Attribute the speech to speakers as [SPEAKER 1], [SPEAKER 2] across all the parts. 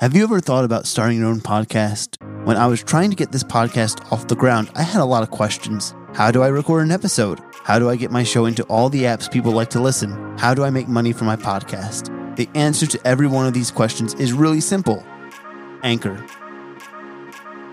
[SPEAKER 1] Have you ever thought about starting your own podcast? When I was trying to get this podcast off the ground, I had a lot of questions. How do I record an episode? How do I get my show into all the apps people like to listen? How do I make money for my podcast? The answer to every one of these questions is really simple Anchor.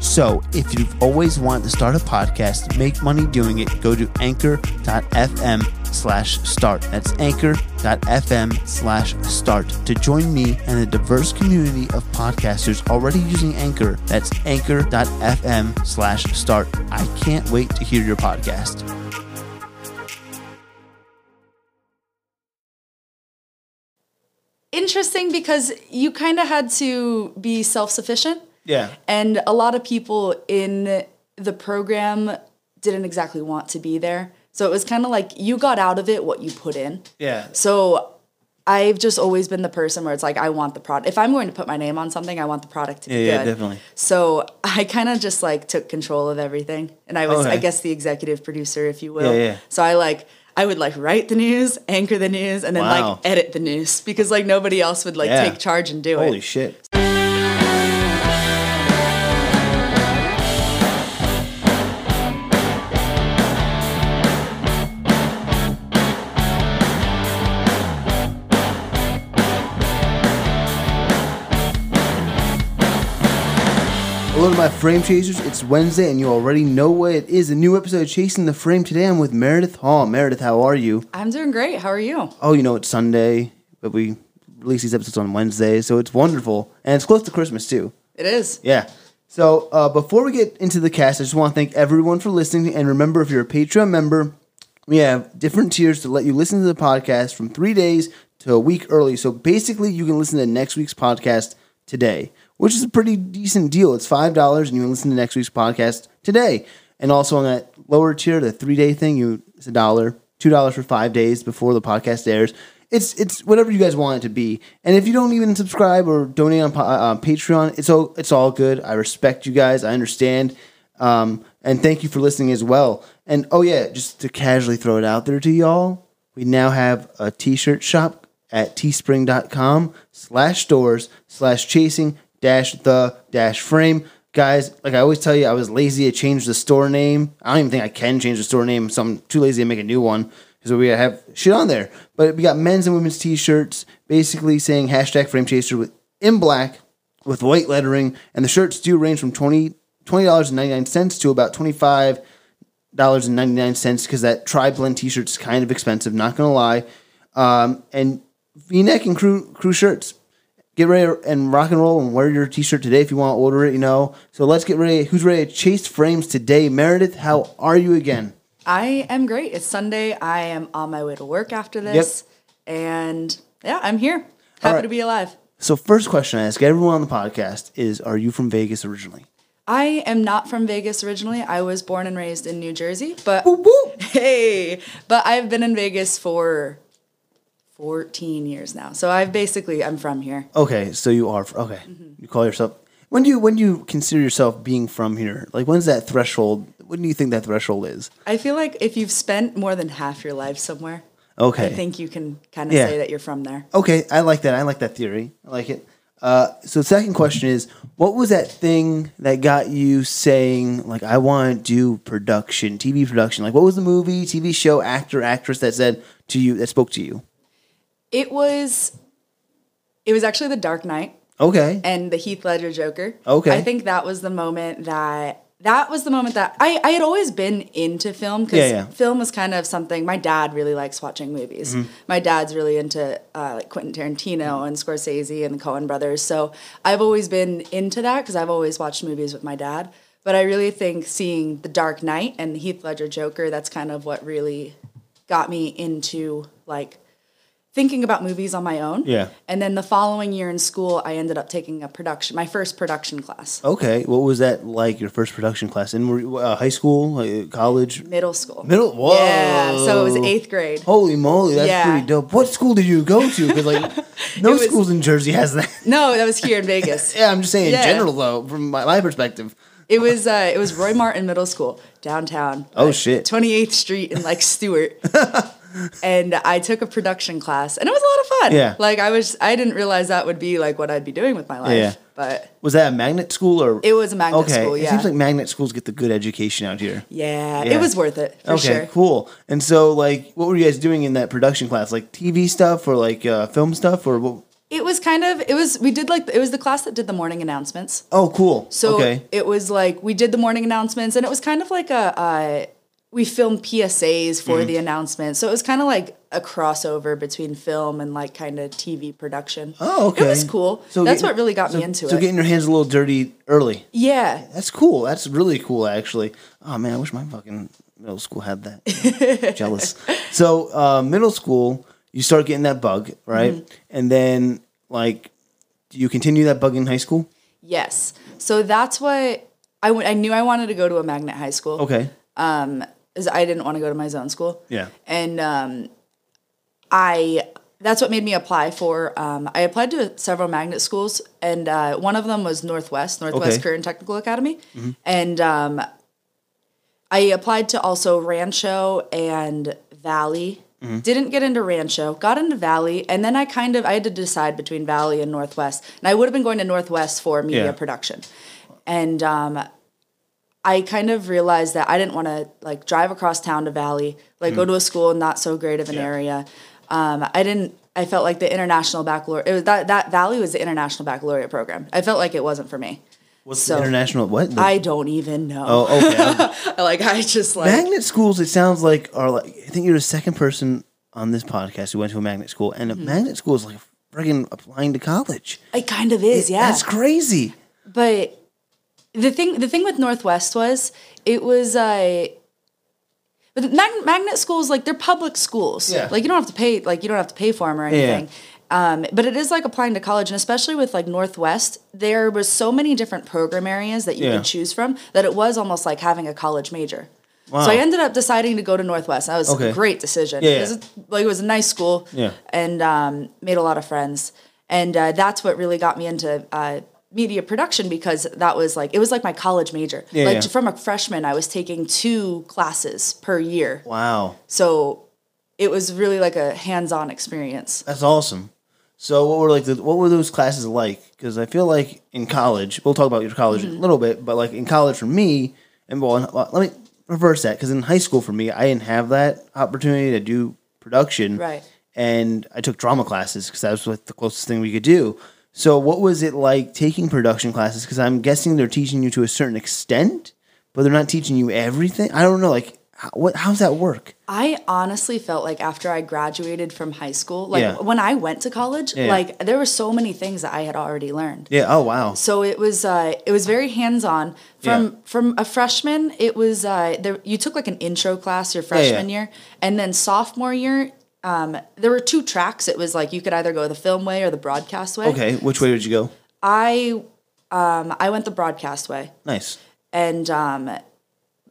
[SPEAKER 1] So, if you've always wanted to start a podcast, make money doing it, go to anchor.fm slash start. That's anchor.fm slash start to join me and the diverse community of podcasters already using Anchor. That's anchor.fm slash start. I can't wait to hear your podcast.
[SPEAKER 2] Interesting because you kind of had to be self sufficient.
[SPEAKER 1] Yeah.
[SPEAKER 2] And a lot of people in the program didn't exactly want to be there. So it was kind of like you got out of it what you put in.
[SPEAKER 1] Yeah.
[SPEAKER 2] So I've just always been the person where it's like I want the product. If I'm going to put my name on something, I want the product to be
[SPEAKER 1] Yeah, yeah,
[SPEAKER 2] good.
[SPEAKER 1] definitely.
[SPEAKER 2] So I kind of just like took control of everything, and I was, I
[SPEAKER 1] Okay.
[SPEAKER 2] guess, the executive producer, if you will.
[SPEAKER 1] Yeah, yeah.
[SPEAKER 2] So I like I would like write the news, anchor the news, and then
[SPEAKER 1] Wow.
[SPEAKER 2] like edit the news because like nobody else would like
[SPEAKER 1] Yeah.
[SPEAKER 2] take charge and do it.
[SPEAKER 1] Holy shit. Hello to my frame chasers. It's Wednesday and you already know what it is. A new episode of Chasing the Frame. Today I'm with Meredith Hall. Meredith, how are you?
[SPEAKER 2] I'm doing great. How are you?
[SPEAKER 1] oh, you know, it's Sunday, but we release these episodes on Wednesday, so it's wonderful. And it's close to Christmas, too.
[SPEAKER 2] It is.
[SPEAKER 1] Yeah. So uh, before we get into the cast, I just want to thank everyone for listening. And remember, if you're a Patreon member, we have different tiers to let you listen to the podcast from three days to a week early. So basically, you can listen to next week's podcast today, which is a pretty decent deal. It's five dollars, and you can listen to next week's podcast today. And also on that lower tier, the three day thing, you it's a dollar, two dollars for five days before the podcast airs it's it's whatever you guys want it to be. And if you don't even subscribe or donate on, Pa- uh, on Patreon, it's all it's all good. I respect you guys. I understand. Um, and thank you for listening as well. And oh yeah, just to casually throw it out there to y'all, we now have a t-shirt shop at teespring.com slash stores slash chasing dash the dash frame. Guys, like I always tell you, I was lazy. I changed the store name. I don't even think I can change the store name. So I'm too lazy to make a new one because we gotta have shit on there. But we got men's and women's t-shirts, basically saying hashtag frame chaser with in black with white lettering, and the shirts do range from 20 dollars and ninety nine cents to about twenty five dollars and ninety nine cents because that tri blend t shirt's kind of expensive. Not gonna lie, um, and V neck and crew crew shirts. Get ready and rock and roll and wear your t shirt today if you want to order it. You know, so let's get ready. Who's ready to chase frames today? Meredith, how are you again?
[SPEAKER 2] I am great. It's Sunday. I am on my way to work after this, and yeah, I'm here. Happy
[SPEAKER 1] right.
[SPEAKER 2] to be alive.
[SPEAKER 1] So first question I ask everyone on the podcast is, are you from Vegas originally?
[SPEAKER 2] I am not from Vegas originally. I was born and raised in New Jersey, but hey, but I've been in Vegas for 14 years now. So I've basically I'm from here.
[SPEAKER 1] Okay, so you are. fr- Okay,
[SPEAKER 2] Mm-hmm.
[SPEAKER 1] you call yourself. When do you when do you consider yourself being from here? Like when's that threshold? When do you think that threshold is?
[SPEAKER 2] I feel like if you've spent more than half your life somewhere,
[SPEAKER 1] Okay.
[SPEAKER 2] I think you can kind of
[SPEAKER 1] Yeah.
[SPEAKER 2] say that you're from there.
[SPEAKER 1] Okay, I like that. I like that theory. I like it. Uh, so second question is, what was that thing that got you saying like I want to do production, TV production? Like what was the movie, TV show, actor, actress that said to you that spoke to you?
[SPEAKER 2] It was it was actually The Dark Knight.
[SPEAKER 1] Okay.
[SPEAKER 2] and the Heath Ledger Joker.
[SPEAKER 1] Okay.
[SPEAKER 2] I think that was the moment that that was the moment that I, I had always been into film because
[SPEAKER 1] Yeah, yeah.
[SPEAKER 2] film was kind of something my dad really likes watching movies.
[SPEAKER 1] Mm-hmm.
[SPEAKER 2] My dad's really into uh, like Quentin Tarantino and Scorsese and the Coen brothers. So I've always been into that because I've always watched movies with my dad. But I really think seeing The Dark Knight and the Heath Ledger Joker, that's kind of what really got me into like thinking about movies on my own.
[SPEAKER 1] Yeah.
[SPEAKER 2] And then the following year in school, I ended up taking a production, my first production class,
[SPEAKER 1] Okay, what was that like? Your first production class in were you, uh, high school, like, college,
[SPEAKER 2] middle school.
[SPEAKER 1] middle? Whoa!
[SPEAKER 2] Yeah. So it was eighth grade.
[SPEAKER 1] Holy moly, that's
[SPEAKER 2] Yeah.
[SPEAKER 1] pretty dope. What school did you go to? Because like, no
[SPEAKER 2] was-
[SPEAKER 1] schools in Jersey has that.
[SPEAKER 2] No, that was here in Vegas.
[SPEAKER 1] yeah, I'm just saying
[SPEAKER 2] Yeah.
[SPEAKER 1] in general though, from my, my perspective.
[SPEAKER 2] It was uh, it was Roy Martin Middle School downtown.
[SPEAKER 1] Oh, shit.
[SPEAKER 2] Twenty eighth Street in like Stewart. and I took a production class, and it was a lot of fun.
[SPEAKER 1] Yeah.
[SPEAKER 2] like I was I didn't realize that would be like what I'd be doing with my life.
[SPEAKER 1] Yeah.
[SPEAKER 2] but
[SPEAKER 1] Was that a magnet school or?
[SPEAKER 2] it was a magnet
[SPEAKER 1] okay,
[SPEAKER 2] school.
[SPEAKER 1] it
[SPEAKER 2] Yeah,
[SPEAKER 1] seems like magnet schools get the good education out here.
[SPEAKER 2] yeah,
[SPEAKER 1] Yeah.
[SPEAKER 2] it was worth it for
[SPEAKER 1] okay,
[SPEAKER 2] sure.
[SPEAKER 1] cool. And so, like, what were you guys doing in that production class? Like TV stuff or like uh, film stuff or what?
[SPEAKER 2] It was kind of it was we did like it was the class that did the morning announcements.
[SPEAKER 1] Oh, cool.
[SPEAKER 2] So
[SPEAKER 1] okay,
[SPEAKER 2] it was like we did the morning announcements, and it was kind of like a uh, we filmed PSAs
[SPEAKER 1] Mm-hmm.
[SPEAKER 2] for the announcements. So it was kind of like a crossover between film and like kind of TV production.
[SPEAKER 1] Oh, okay.
[SPEAKER 2] It was cool. That's what really got
[SPEAKER 1] so-
[SPEAKER 2] me into
[SPEAKER 1] So
[SPEAKER 2] it.
[SPEAKER 1] getting your hands a little dirty early.
[SPEAKER 2] yeah.
[SPEAKER 1] That's cool. That's really cool, actually. Oh man, I wish my fucking middle school had that. Jealous. So uh, middle school, you start getting that bug, right?
[SPEAKER 2] Mm-hmm.
[SPEAKER 1] And then like, do you continue that bug in high school?
[SPEAKER 2] Yes. So that's what I, w- I knew I wanted to go to a magnet high school.
[SPEAKER 1] Okay.
[SPEAKER 2] Is I didn't want to go to my zone school.
[SPEAKER 1] Yeah.
[SPEAKER 2] And um, I that's what made me apply for. Um, I applied to several magnet schools, and uh, one of them was Northwest Northwest
[SPEAKER 1] Okay. Mm-hmm.
[SPEAKER 2] Career and Technical Academy, and um, I applied to also Rancho and Valley.
[SPEAKER 1] Mm-hmm.
[SPEAKER 2] Didn't get into Rancho, got into Valley, and then I kind of I had to decide between Valley and Northwest, and I would have been going to Northwest for media
[SPEAKER 1] Yeah.
[SPEAKER 2] production, and um, I kind of realized that I didn't want to like drive across town to Valley, like
[SPEAKER 1] Mm.
[SPEAKER 2] go to a school not so great of an area. Um, I didn't. I felt like the international baccalaureate. It was that that Valley was the international baccalaureate program. I felt like it wasn't for me.
[SPEAKER 1] What's
[SPEAKER 2] so-
[SPEAKER 1] the international? What? The-
[SPEAKER 2] I don't even know.
[SPEAKER 1] oh, okay.
[SPEAKER 2] Like I just like
[SPEAKER 1] magnet schools. It sounds like are like. I think you're the second person on this podcast who went to a magnet school, and
[SPEAKER 2] Mm-hmm.
[SPEAKER 1] a magnet school is like friggin' applying to college.
[SPEAKER 2] it kind of is. yeah,
[SPEAKER 1] That's crazy.
[SPEAKER 2] but the thing the thing with Northwest was it was uh but the mag- magnet schools like they're public schools
[SPEAKER 1] Yeah.
[SPEAKER 2] like you don't have to pay like you don't have to pay for them or anything um, but it is like applying to college and especially with like northwest there was so many different program areas that you
[SPEAKER 1] Yeah.
[SPEAKER 2] could choose from that it was almost like having a college major
[SPEAKER 1] Wow.
[SPEAKER 2] so i ended up deciding to go to northwest that was
[SPEAKER 1] Okay.
[SPEAKER 2] a great decision
[SPEAKER 1] Yeah,
[SPEAKER 2] It was
[SPEAKER 1] yeah.
[SPEAKER 2] a- like it was a nice school
[SPEAKER 1] Yeah.
[SPEAKER 2] and um, made a lot of friends. And uh, that's what really got me into uh, media production because that was like, it was like my college major.
[SPEAKER 1] Yeah,
[SPEAKER 2] like
[SPEAKER 1] yeah.
[SPEAKER 2] from a freshman, I was taking two classes per year.
[SPEAKER 1] Wow.
[SPEAKER 2] So it was really like a hands on experience.
[SPEAKER 1] That's awesome. So what were like the, what were those classes like? Because I feel like in college, we'll talk about your college in a little bit, but like in college for me, and well, in- well, let me reverse that because in high school for me, I didn't have that opportunity to do production,
[SPEAKER 2] Right.
[SPEAKER 1] And I took drama classes because that was like the closest thing we could do. So what was it like taking production classes? Because I'm guessing they're teaching you to a certain extent, but they're not teaching you everything. I don't know, like how, what? How's that work?
[SPEAKER 2] I honestly felt like after I graduated from high school, like
[SPEAKER 1] Yeah.
[SPEAKER 2] when I went to college,
[SPEAKER 1] yeah.
[SPEAKER 2] like there were so many things that I had already learned.
[SPEAKER 1] Yeah. Oh wow.
[SPEAKER 2] So it was uh, it was very hands on from
[SPEAKER 1] Yeah.
[SPEAKER 2] from a freshman. It was uh, there, you took like an intro class your freshman year, and then sophomore year. Um, there were two tracks. It was like you could either go the film way or the broadcast way.
[SPEAKER 1] Okay. Which way did you go?
[SPEAKER 2] I um, I went the broadcast way,
[SPEAKER 1] Nice.
[SPEAKER 2] and um,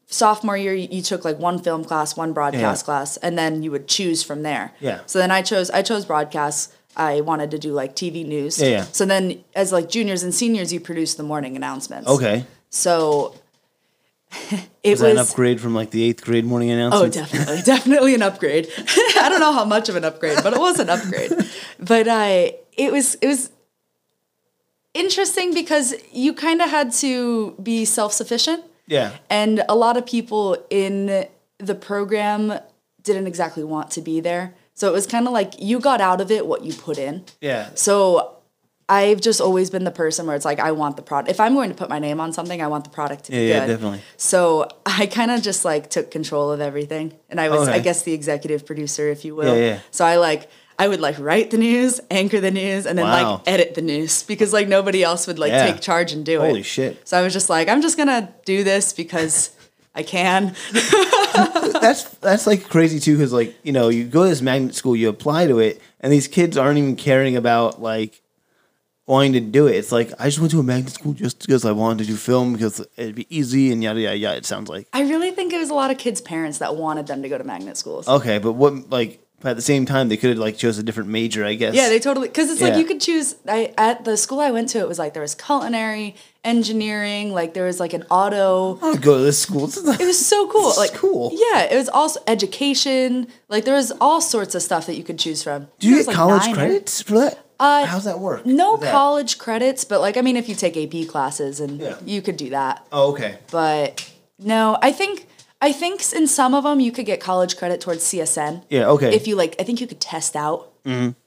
[SPEAKER 2] sophomore year you, you took like one film class, one broadcast
[SPEAKER 1] Yeah.
[SPEAKER 2] class, and then you would choose from there.
[SPEAKER 1] Yeah.
[SPEAKER 2] So then I chose I chose broadcast. I wanted to do like TV news.
[SPEAKER 1] Yeah, yeah.
[SPEAKER 2] So then, as like juniors and seniors, you produce the morning announcements.
[SPEAKER 1] Okay.
[SPEAKER 2] So it
[SPEAKER 1] Is that
[SPEAKER 2] was.
[SPEAKER 1] an upgrade from like the eighth grade morning
[SPEAKER 2] Oh,
[SPEAKER 1] announcement?
[SPEAKER 2] definitely, definitely an upgrade. I don't know how much of an upgrade, but it was an upgrade. But uh, it was it was interesting because you kind of had to be self sufficient,
[SPEAKER 1] yeah.
[SPEAKER 2] and a lot of people in the program didn't exactly want to be there. So it was kind of like you got out of it what you put in.
[SPEAKER 1] Yeah.
[SPEAKER 2] So I've just always been the person where it's like I want the product. If I'm going to put my name on something, I want the product to be
[SPEAKER 1] Yeah, yeah,
[SPEAKER 2] good.
[SPEAKER 1] definitely.
[SPEAKER 2] So I kind of just like took control of everything, and I was, I
[SPEAKER 1] Okay.
[SPEAKER 2] guess, the executive producer, if you will.
[SPEAKER 1] Yeah, yeah.
[SPEAKER 2] So I like. I would like write the news, anchor the news, and then
[SPEAKER 1] Wow.
[SPEAKER 2] like edit the news because like nobody else would like
[SPEAKER 1] Yeah.
[SPEAKER 2] take charge and do it.
[SPEAKER 1] Holy shit.
[SPEAKER 2] So I was just like, I'm just gonna do this because I I can. uh,
[SPEAKER 1] that's that's like crazy too because like you know you go to this magnet school you apply to it and these kids aren't even caring about like wanting to do it it's like i just went to a magnet school just because i wanted to do film because it'd be easy and yada yada yada it sounds like
[SPEAKER 2] I really think it was a lot of kids' parents that wanted them to go to magnet schools.
[SPEAKER 1] okay but what like but at the same time they could have like chose a different major i guess
[SPEAKER 2] Yeah, they totally because it's
[SPEAKER 1] Yeah.
[SPEAKER 2] like you could choose. I at the school I went to, it was like there was culinary, engineering, like there was like an auto.
[SPEAKER 1] I don't go to this school Oh, This is not-
[SPEAKER 2] It was so cool.
[SPEAKER 1] This is
[SPEAKER 2] Like
[SPEAKER 1] cool.
[SPEAKER 2] Yeah, it was also education. Like there was all sorts of stuff that you could choose from.
[SPEAKER 1] do you
[SPEAKER 2] There was,
[SPEAKER 1] get
[SPEAKER 2] like,
[SPEAKER 1] college
[SPEAKER 2] nine or-
[SPEAKER 1] credits for that
[SPEAKER 2] Uh,
[SPEAKER 1] how's that work
[SPEAKER 2] No
[SPEAKER 1] That-
[SPEAKER 2] college credits, but like I mean, if you take AP classes and
[SPEAKER 1] Yeah.
[SPEAKER 2] you could do that.
[SPEAKER 1] oh okay
[SPEAKER 2] But no, I think I think in some of them you could get college credit towards CSN.
[SPEAKER 1] yeah okay Mm-hmm.
[SPEAKER 2] If you like, I think you could test out.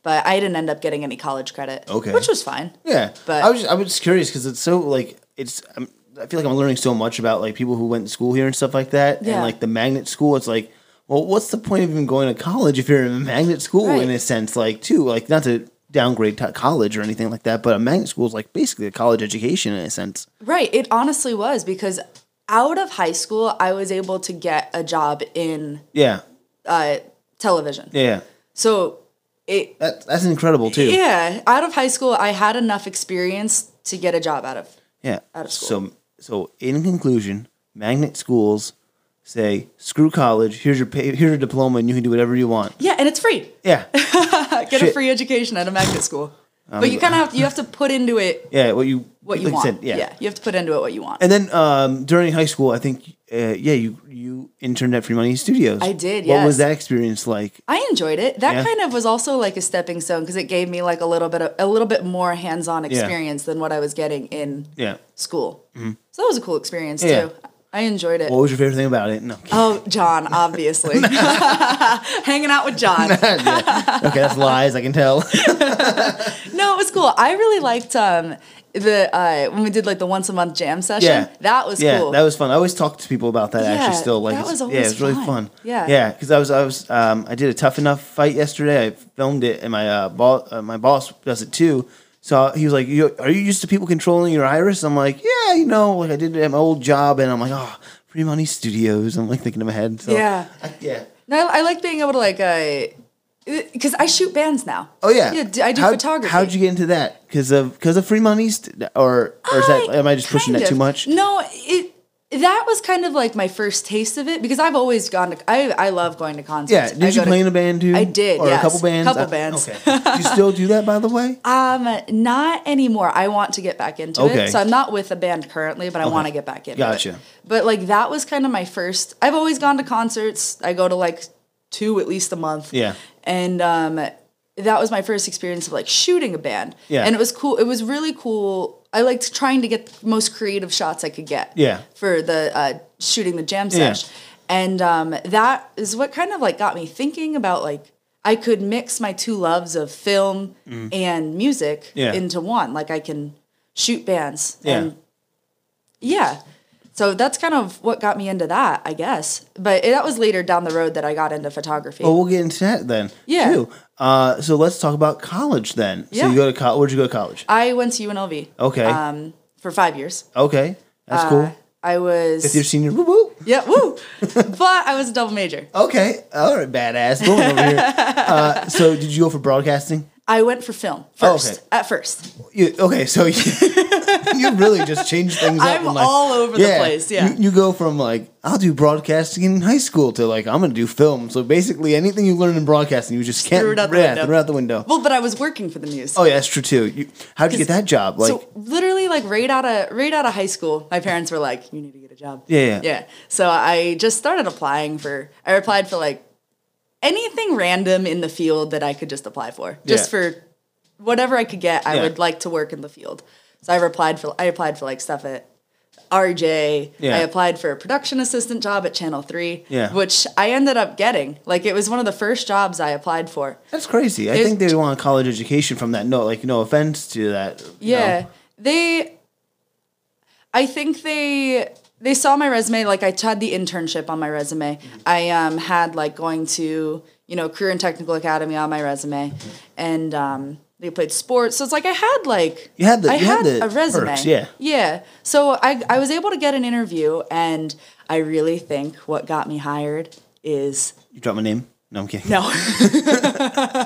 [SPEAKER 2] But I didn't end up getting any college credit.
[SPEAKER 1] Okay.
[SPEAKER 2] Which was fine.
[SPEAKER 1] Yeah,
[SPEAKER 2] But-
[SPEAKER 1] I was just, I was just curious because it's so like it's I'm, I feel like I'm learning so much about like people who went to school here and stuff like that, and
[SPEAKER 2] Yeah.
[SPEAKER 1] like the magnet school. It's like, well, what's the point of even going to college if you're in a magnet school in
[SPEAKER 2] Right.
[SPEAKER 1] a sense? Like, too, like not to downgrade to college or anything like that, but a magnet school is like basically a college education in a sense.
[SPEAKER 2] Right. It honestly was because out of high school, I was able to get a job in
[SPEAKER 1] Yeah,
[SPEAKER 2] uh, television.
[SPEAKER 1] yeah,
[SPEAKER 2] So it,
[SPEAKER 1] that, that's incredible too.
[SPEAKER 2] yeah, out of high school, I had enough experience to get a job out of.
[SPEAKER 1] Yeah.
[SPEAKER 2] out of school.
[SPEAKER 1] So, so in conclusion, magnet schools say screw college. Here's your pay, here's your diploma, and you can do whatever you want.
[SPEAKER 2] Yeah, and it's free.
[SPEAKER 1] Yeah.
[SPEAKER 2] Uh, Get
[SPEAKER 1] Shit. Um,
[SPEAKER 2] a free education at a magnet school. but you kind of have you have to put into it
[SPEAKER 1] Yeah, what you
[SPEAKER 2] what you
[SPEAKER 1] like
[SPEAKER 2] want.
[SPEAKER 1] said,
[SPEAKER 2] yeah. you have to put into it what you want.
[SPEAKER 1] And then um, during high school, I think uh, yeah, you you interned at Free Money Studios.
[SPEAKER 2] I did,
[SPEAKER 1] What was
[SPEAKER 2] yes.
[SPEAKER 1] that experience like?
[SPEAKER 2] I enjoyed it. That
[SPEAKER 1] Yeah.
[SPEAKER 2] kind of was also like a stepping stone because it gave me like a little bit of a little bit more hands-on experience than what I was getting in
[SPEAKER 1] Yeah.
[SPEAKER 2] school. So that was a cool experience
[SPEAKER 1] Mm-hmm. Yeah.
[SPEAKER 2] too. I enjoyed it.
[SPEAKER 1] What was your favorite thing about it? No.
[SPEAKER 2] oh, John, obviously. Hanging out with John.
[SPEAKER 1] Yeah. Okay, that's lies. I can tell.
[SPEAKER 2] No, it was cool. I really liked um the uh when we did like the once a month jam session.
[SPEAKER 1] Yeah,
[SPEAKER 2] That was
[SPEAKER 1] yeah,
[SPEAKER 2] cool.
[SPEAKER 1] that was fun. I always talk to people about that. actually,
[SPEAKER 2] Yeah,
[SPEAKER 1] still like
[SPEAKER 2] that
[SPEAKER 1] it's-
[SPEAKER 2] was
[SPEAKER 1] yeah,
[SPEAKER 2] always
[SPEAKER 1] it's really
[SPEAKER 2] fun.
[SPEAKER 1] fun.
[SPEAKER 2] Yeah.
[SPEAKER 1] yeah, because I was I was um, I did a tough enough fight yesterday. I filmed it, and my uh, boss uh, my boss does it too. So he was like, you, "Are you used to people controlling your iris?" I'm like, "Yeah, you know, like I did it at my old job," and I'm like, "Oh, Free Money Studios." I'm like thinking in my head. So,
[SPEAKER 2] Yeah.
[SPEAKER 1] I- yeah.
[SPEAKER 2] No, I, I like being able to like, uh, because I shoot bands now.
[SPEAKER 1] Oh yeah,
[SPEAKER 2] yeah. d- I do
[SPEAKER 1] How-
[SPEAKER 2] photography.
[SPEAKER 1] How'd you get into that? Because of because of Free Money, st- or or is that am I just pushing
[SPEAKER 2] kind
[SPEAKER 1] that too
[SPEAKER 2] of-
[SPEAKER 1] much?
[SPEAKER 2] No, it that was kind of like my first taste of it because I've always gone to. I I love going to concerts.
[SPEAKER 1] Yeah,
[SPEAKER 2] I
[SPEAKER 1] did you
[SPEAKER 2] go to-
[SPEAKER 1] play in a band too?
[SPEAKER 2] I did,
[SPEAKER 1] Or
[SPEAKER 2] yes.
[SPEAKER 1] a couple bands.
[SPEAKER 2] Couple
[SPEAKER 1] I-
[SPEAKER 2] bands.
[SPEAKER 1] Okay. do you still do that, by the way?
[SPEAKER 2] Um, not anymore. I want to get back into
[SPEAKER 1] Okay.
[SPEAKER 2] it. So I'm not with a band currently, but I want to get back into it.
[SPEAKER 1] Gotcha.
[SPEAKER 2] But like that was kind of my first. I've always gone to concerts. I go to like two at least a month.
[SPEAKER 1] Yeah.
[SPEAKER 2] And um, that was my first experience of like shooting a band.
[SPEAKER 1] Yeah.
[SPEAKER 2] And it was cool. It was really cool. I liked trying to get the most creative shots I could get.
[SPEAKER 1] Yeah.
[SPEAKER 2] For the uh, shooting the jam
[SPEAKER 1] Yeah.
[SPEAKER 2] sesh. And um, that is what kind of like got me thinking about like I could mix my two loves of film and music
[SPEAKER 1] Mm. Yeah.
[SPEAKER 2] into one. Like I can shoot bands
[SPEAKER 1] Yeah.
[SPEAKER 2] and yeah. So that's kind of what got me into that, I guess. But that was later down the road that I got into photography.
[SPEAKER 1] Well, we'll get into that then.
[SPEAKER 2] Yeah.
[SPEAKER 1] Too. Uh, so let's talk about college then. So you
[SPEAKER 2] Yeah.
[SPEAKER 1] go to college. Where'd you go to college?
[SPEAKER 2] I went to UNLV.
[SPEAKER 1] Okay.
[SPEAKER 2] Um, uh, for five years.
[SPEAKER 1] okay. That's cool.
[SPEAKER 2] I was.
[SPEAKER 1] Fifth year senior. Woo woo.
[SPEAKER 2] Yeah, woo. but I was a double major.
[SPEAKER 1] Okay. All right. Badass. Woman over here. Uh, so did you go for broadcasting?
[SPEAKER 2] I went for film
[SPEAKER 1] Oh,
[SPEAKER 2] first. At first,
[SPEAKER 1] You, okay. So you, you really just changed things up.
[SPEAKER 2] I'm
[SPEAKER 1] in life.
[SPEAKER 2] all over the place, yeah.
[SPEAKER 1] You, you go from like I'll do broadcasting in high school to like I'm gonna do film. So basically anything you learn in broadcasting, you just can't
[SPEAKER 2] threw it out the
[SPEAKER 1] yeah,
[SPEAKER 2] window.
[SPEAKER 1] threw it out the window.
[SPEAKER 2] well, but I was working for the news.
[SPEAKER 1] Oh yeah, that's true too. You, how'd you get that job? Like,
[SPEAKER 2] so literally, like right out of right out of high school, my parents were like, "You need to get a job."
[SPEAKER 1] Yeah, yeah.
[SPEAKER 2] yeah. So I just started applying for. I applied for like anything random in the field that I could just apply for, just
[SPEAKER 1] Yeah.
[SPEAKER 2] for whatever I could get. I
[SPEAKER 1] Yeah.
[SPEAKER 2] would like to work in the field, so I applied for. I applied for like stuff at RJ.
[SPEAKER 1] Yeah.
[SPEAKER 2] I applied for a production assistant job at Channel Three,
[SPEAKER 1] Yeah.
[SPEAKER 2] which I ended up getting. Like it was one of the first jobs I applied for.
[SPEAKER 1] that's crazy. I
[SPEAKER 2] There's-
[SPEAKER 1] think they want a college education from that. No, like no offense to that. you
[SPEAKER 2] Yeah.
[SPEAKER 1] know.
[SPEAKER 2] They I think they they saw my resume like I had the internship on my resume.
[SPEAKER 1] Mm-hmm.
[SPEAKER 2] I um
[SPEAKER 1] Mm-hmm.
[SPEAKER 2] had like going to, you know, career and technical academy on my resume and um They played sports, so it's like I had like
[SPEAKER 1] You had the-
[SPEAKER 2] I
[SPEAKER 1] you had
[SPEAKER 2] had,
[SPEAKER 1] the
[SPEAKER 2] a resume.
[SPEAKER 1] perks, yeah.
[SPEAKER 2] yeah. So I I was able to get an interview, and I really think what got me hired is
[SPEAKER 1] You dropped my name? No, I'm kidding.
[SPEAKER 2] no.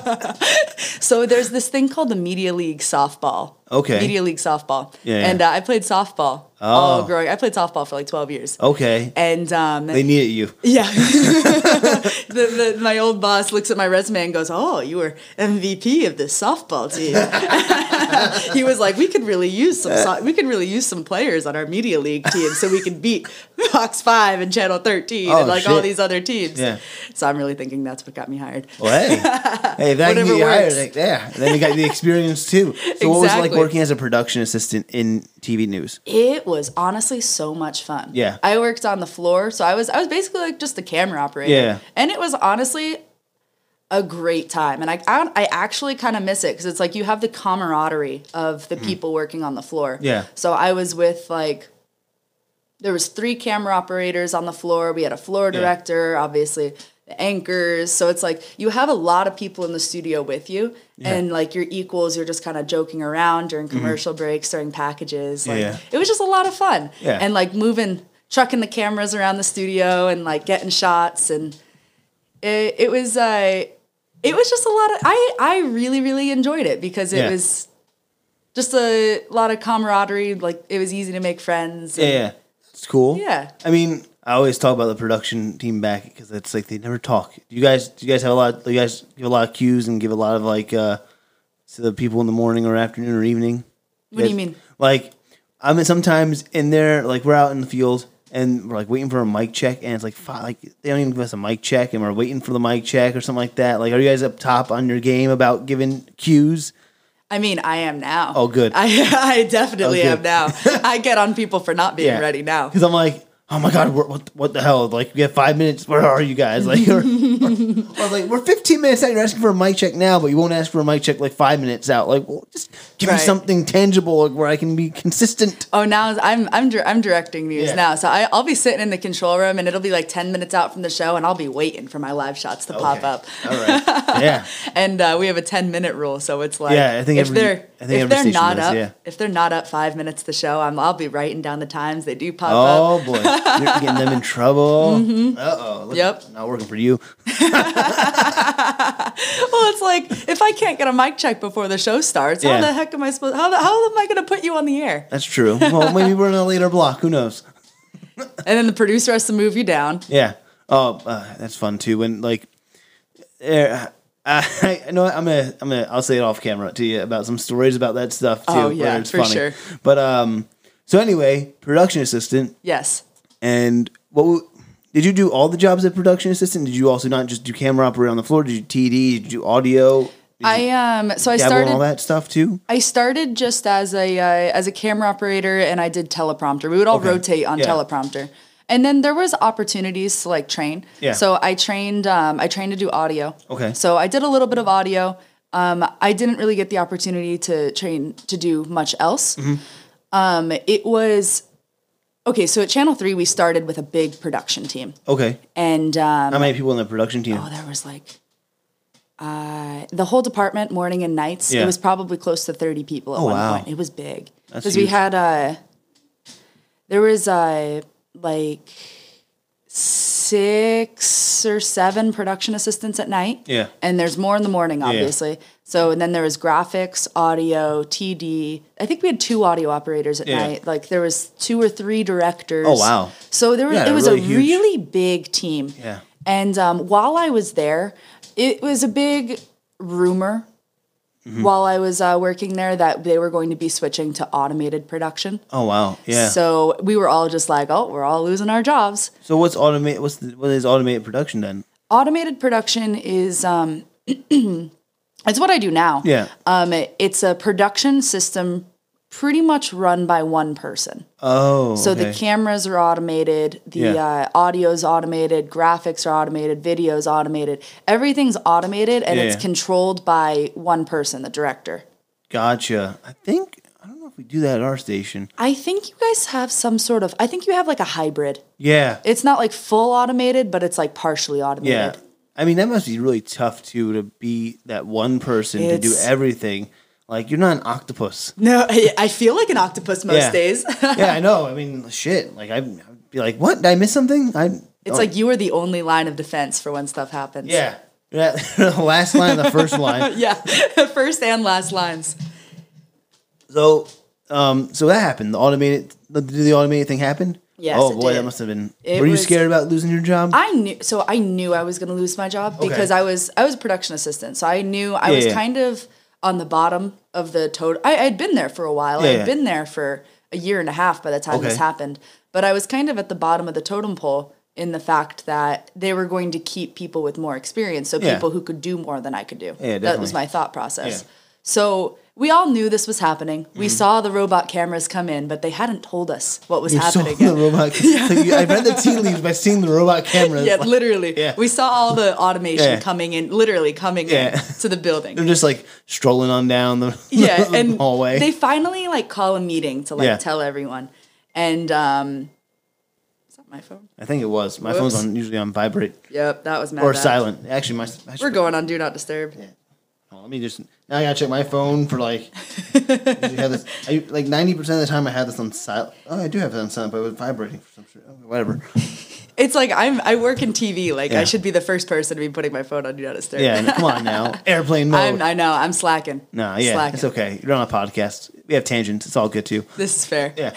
[SPEAKER 2] so there's this thing called the Media League softball.
[SPEAKER 1] Okay.
[SPEAKER 2] Media League softball.
[SPEAKER 1] Yeah, Oh. yeah.
[SPEAKER 2] And uh, I played softball all growing. I played softball for like 12 years.
[SPEAKER 1] Okay.
[SPEAKER 2] And um,
[SPEAKER 1] They needed you.
[SPEAKER 2] yeah. the, the, my old boss looks at my resume and goes, Oh, you were MVP of this softball team. he was like, We could really use some so- we could really use some players on our media league team so we can beat Fox Five and Channel thirteen
[SPEAKER 1] Oh,
[SPEAKER 2] and like all
[SPEAKER 1] shit.
[SPEAKER 2] these other teams.
[SPEAKER 1] Yeah.
[SPEAKER 2] So I'm really thinking that's what got me hired.
[SPEAKER 1] Well, hey, hey, if that can get
[SPEAKER 2] Whatever
[SPEAKER 1] you hired,
[SPEAKER 2] works.
[SPEAKER 1] like, yeah. Then you got the experience too. So, what was it like
[SPEAKER 2] Exactly.
[SPEAKER 1] working as a production assistant in TV news?
[SPEAKER 2] It was honestly so much fun.
[SPEAKER 1] Yeah.
[SPEAKER 2] I worked on the floor, so I was I was basically like just the camera operator.
[SPEAKER 1] Yeah.
[SPEAKER 2] And it was honestly a great time. And I I, I actually kind of miss it because it's like you have the camaraderie of the people working on the floor.
[SPEAKER 1] Hmm. Yeah.
[SPEAKER 2] So I was with like there was three camera operators on the floor. We had a floor director, obviously the anchors. So it's like you have a lot of people in the studio with you, and like your equals, you're just kind of joking around during commercial breaks, during packages. Like
[SPEAKER 1] Mm-hmm. Yeah.
[SPEAKER 2] it was just a lot of fun.
[SPEAKER 1] Yeah.
[SPEAKER 2] And like moving, trucking the cameras around the studio, and like getting shots, and it, it was uh, it was just a lot of. I I really really enjoyed it because it
[SPEAKER 1] Yeah.
[SPEAKER 2] was. Just a lot of camaraderie, like it was easy to make friends. and-
[SPEAKER 1] Yeah, yeah. It's cool.
[SPEAKER 2] Yeah.
[SPEAKER 1] I mean, I always talk about the production team back because it's like they never talk. Do you guys? Do you guys have a lot? Do you guys give a lot of cues and give a lot of like uh to the people in the morning or afternoon or evening?
[SPEAKER 2] What do you
[SPEAKER 1] guys-
[SPEAKER 2] mean?
[SPEAKER 1] Like, I mean, sometimes in there, like we're out in the field and we're like waiting for a mic check, and it's like fi- like they don't even give us a mic check, and we're waiting for the mic check or something like that. Like, are you guys up top on your game about giving cues?
[SPEAKER 2] I mean, I am now.
[SPEAKER 1] Oh, good.
[SPEAKER 2] I, I definitely
[SPEAKER 1] Oh, good.
[SPEAKER 2] am now. I get on people for not being ready now.
[SPEAKER 1] Because I'm like, oh my god, we're, what what the hell? Like, we have five minutes. Where are you guys? Like, we're, we're- I was like, we're 15 minutes out. You're asking for a mic check now, but you won't ask for a mic check like five minutes out. Like, well, just give me
[SPEAKER 2] Right.
[SPEAKER 1] something tangible like, where I can be consistent.
[SPEAKER 2] Oh, now I'm I'm dir- I'm directing news
[SPEAKER 1] Yeah.
[SPEAKER 2] now, so I, I'll be sitting in the control room, and it'll be like ten minutes out from the show, and I'll be waiting for my live shots to pop
[SPEAKER 1] Okay.
[SPEAKER 2] up.
[SPEAKER 1] All right. Yeah.
[SPEAKER 2] And uh, we have a ten minute rule, so it's like
[SPEAKER 1] Yeah, I think
[SPEAKER 2] if
[SPEAKER 1] every-
[SPEAKER 2] they're
[SPEAKER 1] I think every
[SPEAKER 2] if they're
[SPEAKER 1] station
[SPEAKER 2] not
[SPEAKER 1] does,
[SPEAKER 2] up
[SPEAKER 1] yeah.
[SPEAKER 2] if they're not up five minutes to show, I'm I'll be writing down the times they do pop up. Mm-hmm.
[SPEAKER 1] Oh boy, you're getting them in trouble. Uh oh.
[SPEAKER 2] Yep.
[SPEAKER 1] Not working for you.
[SPEAKER 2] Well, it's like if I can't get a mic check before the show starts,
[SPEAKER 1] Yeah.
[SPEAKER 2] how the heck am I supposed? How the, how am I going to put you on the air?
[SPEAKER 1] That's true. Well, maybe we're in a later block. Who knows?
[SPEAKER 2] And then the producer has to move you down.
[SPEAKER 1] Yeah. Oh, uh, that's fun too. When like, er, I, I know what, I'm gonna I'm gonna I'll say it off camera to you about some stories about that stuff too.
[SPEAKER 2] Oh,
[SPEAKER 1] where
[SPEAKER 2] yeah, for sure.
[SPEAKER 1] But um, so anyway, production assistant
[SPEAKER 2] Yes.
[SPEAKER 1] and what w- did you do? All the jobs at production assistant? Did you also not just do camera operator on the floor? Did you TD? Did you do audio? Did you
[SPEAKER 2] I um so I
[SPEAKER 1] dabble in all
[SPEAKER 2] started
[SPEAKER 1] that stuff too.
[SPEAKER 2] I started just as a uh, as a camera operator and I did teleprompter. We would all
[SPEAKER 1] Okay.
[SPEAKER 2] rotate on
[SPEAKER 1] Yeah.
[SPEAKER 2] teleprompter. And then there was opportunities to like train.
[SPEAKER 1] Yeah.
[SPEAKER 2] So I trained um, I trained to do audio.
[SPEAKER 1] Okay.
[SPEAKER 2] So I did a little bit of audio. Um, I didn't really get the opportunity to train to do much else.
[SPEAKER 1] Mm-hmm.
[SPEAKER 2] Um, it was okay. So at Channel Three, we started with a big production team,
[SPEAKER 1] Okay.
[SPEAKER 2] and um,
[SPEAKER 1] How many people in the production team?
[SPEAKER 2] oh, there was like uh, the whole department, morning and nights.
[SPEAKER 1] Yeah. Oh,
[SPEAKER 2] It was probably close to thirty people at one
[SPEAKER 1] wow.
[SPEAKER 2] point. It was big
[SPEAKER 1] That's
[SPEAKER 2] because we
[SPEAKER 1] huge.
[SPEAKER 2] had uh, there was uh, like six or seven production assistants at night.
[SPEAKER 1] Yeah.
[SPEAKER 2] and there's more in the morning, obviously. So and then there was graphics, audio, TD. I think we had two audio operators at
[SPEAKER 1] Yeah.
[SPEAKER 2] night. Like there was two or three directors.
[SPEAKER 1] Oh, wow.
[SPEAKER 2] So there was
[SPEAKER 1] Yeah,
[SPEAKER 2] it was
[SPEAKER 1] really
[SPEAKER 2] a
[SPEAKER 1] huge.
[SPEAKER 2] really really big team.
[SPEAKER 1] Yeah.
[SPEAKER 2] And um, while I was there, it was a big rumor
[SPEAKER 1] Mm-hmm.
[SPEAKER 2] while I was uh, working there that they were going to be switching to automated production.
[SPEAKER 1] oh wow. Yeah. So,
[SPEAKER 2] So we were all just like, oh, we're all losing our jobs.
[SPEAKER 1] what's automate? What's the, what is automated production then?
[SPEAKER 2] Automated production is um, it's what I do now.
[SPEAKER 1] Yeah.
[SPEAKER 2] Um, it- it's a production system pretty much run by one person.
[SPEAKER 1] Oh.
[SPEAKER 2] So the
[SPEAKER 1] okay.
[SPEAKER 2] cameras are automated, the
[SPEAKER 1] Yeah.
[SPEAKER 2] uh, audio's automated, graphics are automated, video's automated. Everything's automated and
[SPEAKER 1] Yeah,
[SPEAKER 2] it's
[SPEAKER 1] yeah.
[SPEAKER 2] controlled by one person, the director.
[SPEAKER 1] Gotcha. I think I don't know if we do that at our station.
[SPEAKER 2] I think you guys have some sort of I think you have like a hybrid.
[SPEAKER 1] Yeah.
[SPEAKER 2] It's not like full automated, but it's like partially
[SPEAKER 1] yeah.
[SPEAKER 2] automated.
[SPEAKER 1] I mean, that must be really tough too to be that one person to do
[SPEAKER 2] It's-
[SPEAKER 1] everything. Like you're not an octopus.
[SPEAKER 2] No, I, I feel like an octopus most
[SPEAKER 1] Yeah.
[SPEAKER 2] days. it's
[SPEAKER 1] yeah, I know. I mean, shit. Like I, I'd be like, what? Did I miss something? I. It's
[SPEAKER 2] like you are the only line of defense for when stuff happens.
[SPEAKER 1] Oh. yeah. Yeah, the last line, the first line.
[SPEAKER 2] Yeah. First and last lines.
[SPEAKER 1] So, um, so that happened. The automated, the, did the automated thing happen?
[SPEAKER 2] Yes,
[SPEAKER 1] Oh
[SPEAKER 2] it
[SPEAKER 1] boy,
[SPEAKER 2] did.
[SPEAKER 1] that must have been.
[SPEAKER 2] It
[SPEAKER 1] were you
[SPEAKER 2] was-
[SPEAKER 1] scared about losing your job?
[SPEAKER 2] I knew so I knew I was going to lose my job because I was I was a production assistant. So I knew I
[SPEAKER 1] Yeah,
[SPEAKER 2] was
[SPEAKER 1] yeah.
[SPEAKER 2] kind of on the bottom of the total. I had been there for a while. I
[SPEAKER 1] Yeah,
[SPEAKER 2] had
[SPEAKER 1] yeah.
[SPEAKER 2] been there for a year and a half by the time this
[SPEAKER 1] Okay.
[SPEAKER 2] happened. But I was kind of at the bottom of the totem pole in the fact that they were going to keep people with more experience, so
[SPEAKER 1] Yeah.
[SPEAKER 2] people who could do more than I could do.
[SPEAKER 1] Yeah,
[SPEAKER 2] that was
[SPEAKER 1] definitely.
[SPEAKER 2] my thought process.
[SPEAKER 1] Yeah. Mm-hmm.
[SPEAKER 2] So we all knew this was happening. We saw the robot cameras come in, but they hadn't told us what was
[SPEAKER 1] You saw
[SPEAKER 2] happening.
[SPEAKER 1] the robot. so you, I read the tea leaves by seeing the robot cameras.
[SPEAKER 2] Yeah,
[SPEAKER 1] Like,
[SPEAKER 2] literally.
[SPEAKER 1] Yeah.
[SPEAKER 2] We saw all the automation
[SPEAKER 1] Yeah.
[SPEAKER 2] coming in, literally coming
[SPEAKER 1] Yeah.
[SPEAKER 2] in to the
[SPEAKER 1] they're
[SPEAKER 2] building.
[SPEAKER 1] just like strolling on down the,
[SPEAKER 2] yeah,
[SPEAKER 1] the
[SPEAKER 2] and
[SPEAKER 1] hallway.
[SPEAKER 2] they finally like call a meeting to like
[SPEAKER 1] Yeah.
[SPEAKER 2] tell everyone. And um is that my phone?
[SPEAKER 1] I think it was. My phone's
[SPEAKER 2] Whoops.
[SPEAKER 1] on usually on vibrate
[SPEAKER 2] Yep, that was my
[SPEAKER 1] or
[SPEAKER 2] bad.
[SPEAKER 1] silent. Actually, my I should-
[SPEAKER 2] We're going on do not disturb.
[SPEAKER 1] Hold on, let me just now. I gotta check my phone for like. I usually have this, I, like ninety percent of the time, I have this on silent. Oh, I do have it on silent, but it was vibrating for some shit. Oh, whatever.
[SPEAKER 2] It's like I'm I work in TV, like
[SPEAKER 1] Yeah.
[SPEAKER 2] I should be the first person to be putting my phone on do not disturb.
[SPEAKER 1] Yeah, no, come on now. Airplane mode.
[SPEAKER 2] I'm, I know, I'm slacking.
[SPEAKER 1] No, yeah,
[SPEAKER 2] Slacking.
[SPEAKER 1] it's okay. You're on a podcast. We have tangents. It's all good too.
[SPEAKER 2] This is fair.
[SPEAKER 1] Yeah.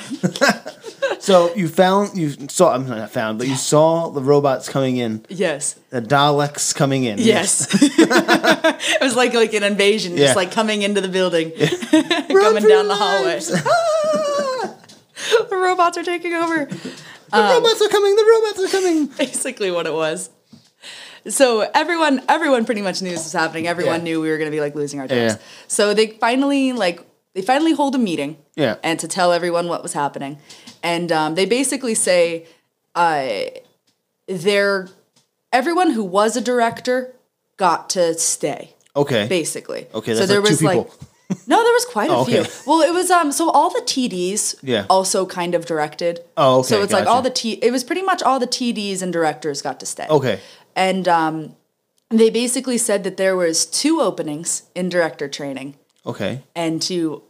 [SPEAKER 1] so you found you saw. I'm not found, but you saw the robots coming in,
[SPEAKER 2] Yes.
[SPEAKER 1] the Daleks coming in.
[SPEAKER 2] Yes. it was like like an invasion,
[SPEAKER 1] Yeah.
[SPEAKER 2] just like coming into the building,
[SPEAKER 1] Run
[SPEAKER 2] coming
[SPEAKER 1] for
[SPEAKER 2] down the
[SPEAKER 1] your
[SPEAKER 2] hallway.
[SPEAKER 1] lives.
[SPEAKER 2] the robots are taking
[SPEAKER 1] Ah!
[SPEAKER 2] over.
[SPEAKER 1] the
[SPEAKER 2] Um,
[SPEAKER 1] robots are coming. The robots are coming.
[SPEAKER 2] Basically, what it was. So everyone, everyone pretty much knew this was happening. Everyone
[SPEAKER 1] Yeah.
[SPEAKER 2] knew we were going to be like losing our jobs.
[SPEAKER 1] Yeah.
[SPEAKER 2] So they finally like they finally hold a meeting.
[SPEAKER 1] Yeah.
[SPEAKER 2] And to tell everyone what was happening, and um, they basically say, uh, they're everyone who was a director got to stay.
[SPEAKER 1] Okay.
[SPEAKER 2] basically.
[SPEAKER 1] Okay, that's like two people.
[SPEAKER 2] no, there was quite a
[SPEAKER 1] Oh, okay.
[SPEAKER 2] few. Well, it was um. So all the TDs,
[SPEAKER 1] Yeah.
[SPEAKER 2] also kind of directed.
[SPEAKER 1] Oh, okay,
[SPEAKER 2] So it's like
[SPEAKER 1] gotcha.
[SPEAKER 2] all the T. It was pretty much all the TDs and directors got to stay.
[SPEAKER 1] Okay.
[SPEAKER 2] And um, they basically said that there was two openings in director training,
[SPEAKER 1] Okay.
[SPEAKER 2] and to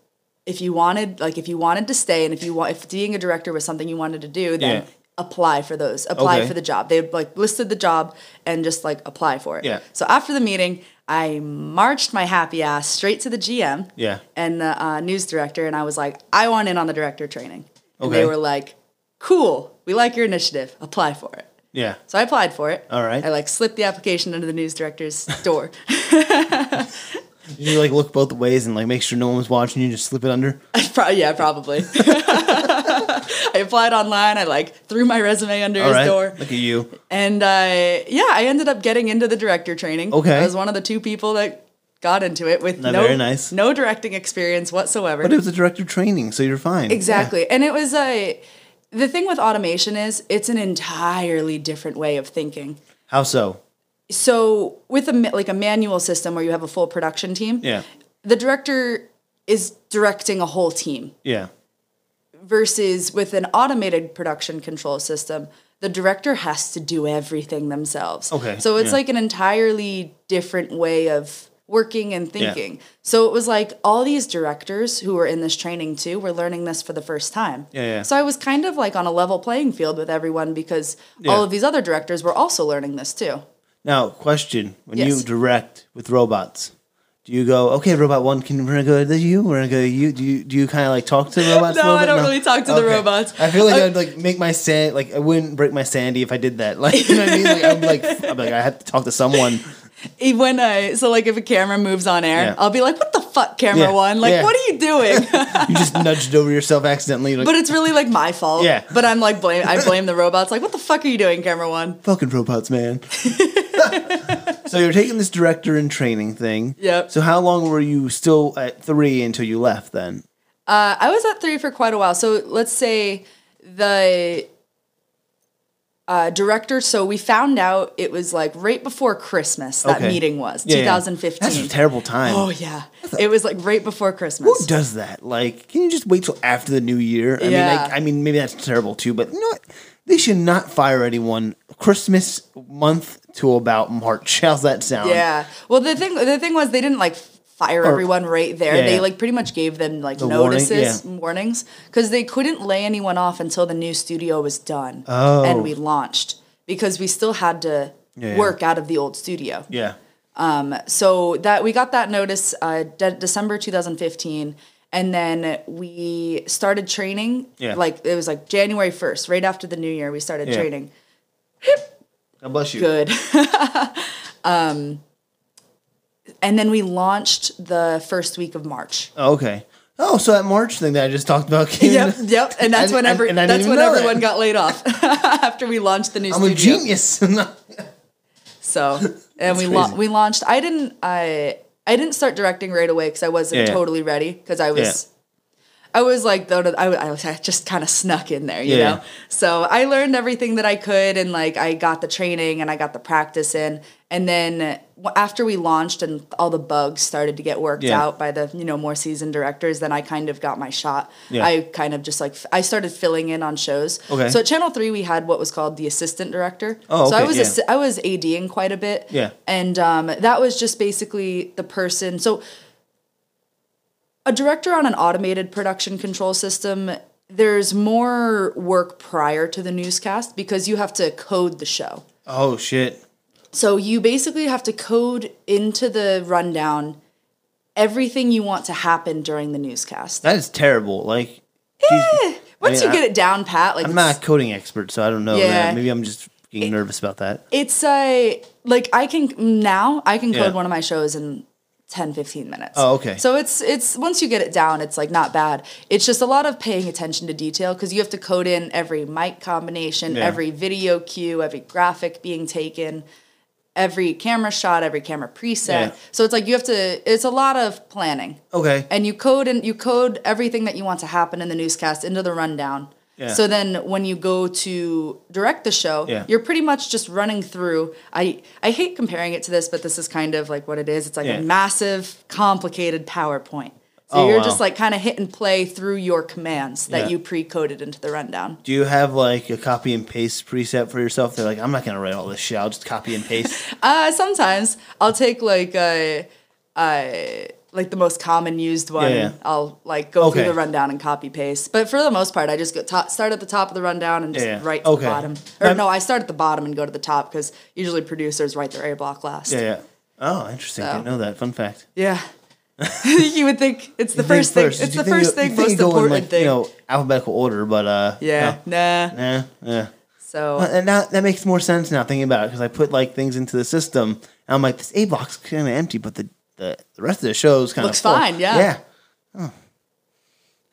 [SPEAKER 2] if you wanted, like if you wanted to stay, and if you want, if being a director was something you wanted to do, then.
[SPEAKER 1] Yeah.
[SPEAKER 2] Apply for those. Apply
[SPEAKER 1] Okay.
[SPEAKER 2] for the job. They like listed the job and just like apply for it.
[SPEAKER 1] Yeah.
[SPEAKER 2] So after the meeting, I marched my happy ass straight to the GM
[SPEAKER 1] Yeah.
[SPEAKER 2] and the uh, news director, and I was like, I want in on the director training. And
[SPEAKER 1] Okay.
[SPEAKER 2] they were like, cool, we like your initiative, apply for it.
[SPEAKER 1] Yeah.
[SPEAKER 2] So I applied for it.
[SPEAKER 1] All right.
[SPEAKER 2] I like slipped the application under the news director's door.
[SPEAKER 1] Did you like look both ways and like make sure no one was watching you? Just slip it under.
[SPEAKER 2] I pro- yeah, probably. I applied online. I like threw my resume under
[SPEAKER 1] All
[SPEAKER 2] his
[SPEAKER 1] right.
[SPEAKER 2] door.
[SPEAKER 1] Look at you.
[SPEAKER 2] And I, yeah, I ended up getting into the director training.
[SPEAKER 1] Okay.
[SPEAKER 2] I was one of the two people that got into it with
[SPEAKER 1] Not
[SPEAKER 2] no,
[SPEAKER 1] very nice.
[SPEAKER 2] no directing experience whatsoever.
[SPEAKER 1] But it was a director training, so you're fine.
[SPEAKER 2] Exactly. And it was a the thing with automation is it's an entirely different way of thinking.
[SPEAKER 1] Yeah. How so?
[SPEAKER 2] So with a ma- like a manual system where you have a full production team,
[SPEAKER 1] Yeah.
[SPEAKER 2] the director is directing a whole team
[SPEAKER 1] Yeah.
[SPEAKER 2] versus with an automated production control system, the director has to do everything themselves.
[SPEAKER 1] Okay,
[SPEAKER 2] So it's
[SPEAKER 1] yeah.
[SPEAKER 2] like an entirely different way of working and thinking. So it was like all these directors who were in this training too were learning this for the first time.
[SPEAKER 1] Yeah, yeah.
[SPEAKER 2] So I was kind of like on a level playing field with everyone because all
[SPEAKER 1] Yeah.
[SPEAKER 2] of these other directors were also learning this too.
[SPEAKER 1] Now, question: When
[SPEAKER 2] Yes.
[SPEAKER 1] you direct with robots, do you go, "Okay, robot one, can we're gonna go to you, we're gonna go to you"? Do you do you kind of like talk to the robots? a
[SPEAKER 2] No,
[SPEAKER 1] little
[SPEAKER 2] I
[SPEAKER 1] bit?
[SPEAKER 2] don't really talk to the robots. Uh,
[SPEAKER 1] I feel like
[SPEAKER 2] I-
[SPEAKER 1] I, would like make my sand like I wouldn't break my sandy if I did that. Like you know what I mean? Like I'm like I'm like I have to talk to someone.
[SPEAKER 2] E- When I so like if a camera moves on air,
[SPEAKER 1] Yeah.
[SPEAKER 2] I'll be like, "What the fuck, camera
[SPEAKER 1] Yeah,
[SPEAKER 2] one? Like,
[SPEAKER 1] yeah.
[SPEAKER 2] what are you doing?"
[SPEAKER 1] You just nudged over yourself accidentally. Like
[SPEAKER 2] but it's really like my fault.
[SPEAKER 1] Yeah.
[SPEAKER 2] But I'm like blame I blame the robots. Like, what the fuck are you doing, camera one?
[SPEAKER 1] fucking robots, man. so you're taking this director in training thing.
[SPEAKER 2] Yep.
[SPEAKER 1] So how long were you still at three until you left? Then
[SPEAKER 2] Uh, I was at three for quite a while. So let's say the uh, director. So we found out it was like right before Christmas that
[SPEAKER 1] Okay.
[SPEAKER 2] meeting was
[SPEAKER 1] Yeah, yeah.
[SPEAKER 2] 2015.
[SPEAKER 1] That's a terrible time.
[SPEAKER 2] Oh yeah, it was like right before
[SPEAKER 1] Who
[SPEAKER 2] Christmas.
[SPEAKER 1] does that? Like, can you just wait till after the new year? I mean,
[SPEAKER 2] Yeah.
[SPEAKER 1] like, I mean, maybe that's terrible too, but you know what? They should not fire anyone Christmas month to about March. How's that sound?
[SPEAKER 2] Yeah. Well, the thing the thing was they didn't like fire everyone right there.
[SPEAKER 1] Yeah,
[SPEAKER 2] they
[SPEAKER 1] yeah.
[SPEAKER 2] like pretty much gave them like
[SPEAKER 1] warning,
[SPEAKER 2] notices,
[SPEAKER 1] yeah.
[SPEAKER 2] warnings, because they couldn't lay anyone off until the new studio was done
[SPEAKER 1] Oh.
[SPEAKER 2] and we launched because we still had to
[SPEAKER 1] Yeah, yeah.
[SPEAKER 2] work out of the old studio. Um,
[SPEAKER 1] Yeah.
[SPEAKER 2] So that we got that notice uh, de- December 2015, and then we started training.
[SPEAKER 1] Yeah.
[SPEAKER 2] Like it was like January 1st, right after the new year, we started
[SPEAKER 1] Yeah.
[SPEAKER 2] training.
[SPEAKER 1] God bless you.
[SPEAKER 2] Good. um, and then we launched the first week of March.
[SPEAKER 1] Oh, okay. Oh, so that March thing that I just talked about. Came
[SPEAKER 2] Yep, yep, and that's
[SPEAKER 1] I-
[SPEAKER 2] when
[SPEAKER 1] I-
[SPEAKER 2] every,
[SPEAKER 1] and I didn't
[SPEAKER 2] that's
[SPEAKER 1] even
[SPEAKER 2] when
[SPEAKER 1] know that.
[SPEAKER 2] everyone got laid off after we launched the new
[SPEAKER 1] I'm a
[SPEAKER 2] studio.
[SPEAKER 1] genius.
[SPEAKER 2] So, and we
[SPEAKER 1] crazy.
[SPEAKER 2] la- we launched. I didn't I I didn't start directing right away because I wasn't
[SPEAKER 1] Yeah, yeah.
[SPEAKER 2] totally ready because I was I was like though I, was- I was- I just kind of snuck in there, you
[SPEAKER 1] Yeah.
[SPEAKER 2] know. So I learned everything that I could, and like I got the training and I got the practice in, and then w- after we launched and all the bugs started to get worked
[SPEAKER 1] Yeah.
[SPEAKER 2] out by the you know more seasoned directors, then I kind of got my shot.
[SPEAKER 1] Yeah.
[SPEAKER 2] I kind of just like f- I started filling in on shows.
[SPEAKER 1] Okay.
[SPEAKER 2] So at Channel Three we had what was called the assistant director.
[SPEAKER 1] Oh,
[SPEAKER 2] so
[SPEAKER 1] okay,
[SPEAKER 2] I was
[SPEAKER 1] yeah.
[SPEAKER 2] assi- I was ADing quite a bit.
[SPEAKER 1] Yeah.
[SPEAKER 2] And um, that was just basically the person. So a director on an automated production control system, there's more work prior to the newscast because you have to code the show.
[SPEAKER 1] oh shit.
[SPEAKER 2] So you basically have to code into the rundown everything you want to happen during the newscast.
[SPEAKER 1] That is terrible. Like, yeah.
[SPEAKER 2] Once
[SPEAKER 1] I mean,
[SPEAKER 2] you get it down pat, like
[SPEAKER 1] I'm
[SPEAKER 2] it's-
[SPEAKER 1] not a coding expert, so I don't know.
[SPEAKER 2] Yeah.
[SPEAKER 1] man. Maybe I'm just being nervous about that.
[SPEAKER 2] it's a like i can now i can code
[SPEAKER 1] Yeah.
[SPEAKER 2] one of my shows in 10 15 minutes
[SPEAKER 1] Oh, okay.
[SPEAKER 2] so it's it's once you get it down it's like not bad it's just a lot of paying attention to detail because you have to code in every mic combination
[SPEAKER 1] Yeah.
[SPEAKER 2] every video cue every graphic being taken every camera shot every camera preset
[SPEAKER 1] Yeah.
[SPEAKER 2] so it's like you have to it's a lot of planning
[SPEAKER 1] Okay.
[SPEAKER 2] and you code and you code everything that you want to happen in the newscast into the rundown.
[SPEAKER 1] Yeah.
[SPEAKER 2] So then when you go to direct the show,
[SPEAKER 1] Yeah.
[SPEAKER 2] you're pretty much just running through. I I hate comparing it to this, but this is kind of like what it is. It's like
[SPEAKER 1] Yeah.
[SPEAKER 2] a massive, complicated PowerPoint. So
[SPEAKER 1] Oh,
[SPEAKER 2] you're
[SPEAKER 1] wow.
[SPEAKER 2] just like kind of hit and play through your commands that
[SPEAKER 1] Yeah.
[SPEAKER 2] you pre-coded into the rundown.
[SPEAKER 1] Do you have like a copy and paste preset for yourself? They're like, I'm not gonna write all this shit. I'll just copy and paste.
[SPEAKER 2] Uh, sometimes I'll take like a, uh, like the most common used one.
[SPEAKER 1] Yeah, yeah.
[SPEAKER 2] I'll like go
[SPEAKER 1] Okay.
[SPEAKER 2] through the rundown and copy paste. But for the most part, I just go top, start at the top of the rundown and just
[SPEAKER 1] Yeah, yeah.
[SPEAKER 2] write to
[SPEAKER 1] Okay.
[SPEAKER 2] the bottom. Or
[SPEAKER 1] Um,
[SPEAKER 2] no, I start at the bottom and go to the top because usually producers write their A block last.
[SPEAKER 1] yeah, yeah. Oh, interesting. Didn't know that. Fun fact.
[SPEAKER 2] Yeah. you would think it's the first thing.
[SPEAKER 1] Think
[SPEAKER 2] It's
[SPEAKER 1] You
[SPEAKER 2] the
[SPEAKER 1] think
[SPEAKER 2] first
[SPEAKER 1] you-
[SPEAKER 2] thing,
[SPEAKER 1] you think you
[SPEAKER 2] most
[SPEAKER 1] go in,
[SPEAKER 2] important
[SPEAKER 1] like,
[SPEAKER 2] thing.
[SPEAKER 1] You know, alphabetical order, but uh.
[SPEAKER 2] yeah.
[SPEAKER 1] no.
[SPEAKER 2] Nah.
[SPEAKER 1] Yeah. Yeah.
[SPEAKER 2] So.
[SPEAKER 1] Well, and now that makes more sense now thinking about it because I put like things into the system and I'm like this A box is kind of empty, but the, the the rest of the show is kind
[SPEAKER 2] Looks
[SPEAKER 1] of full.
[SPEAKER 2] fine, yeah.
[SPEAKER 1] Yeah. Oh.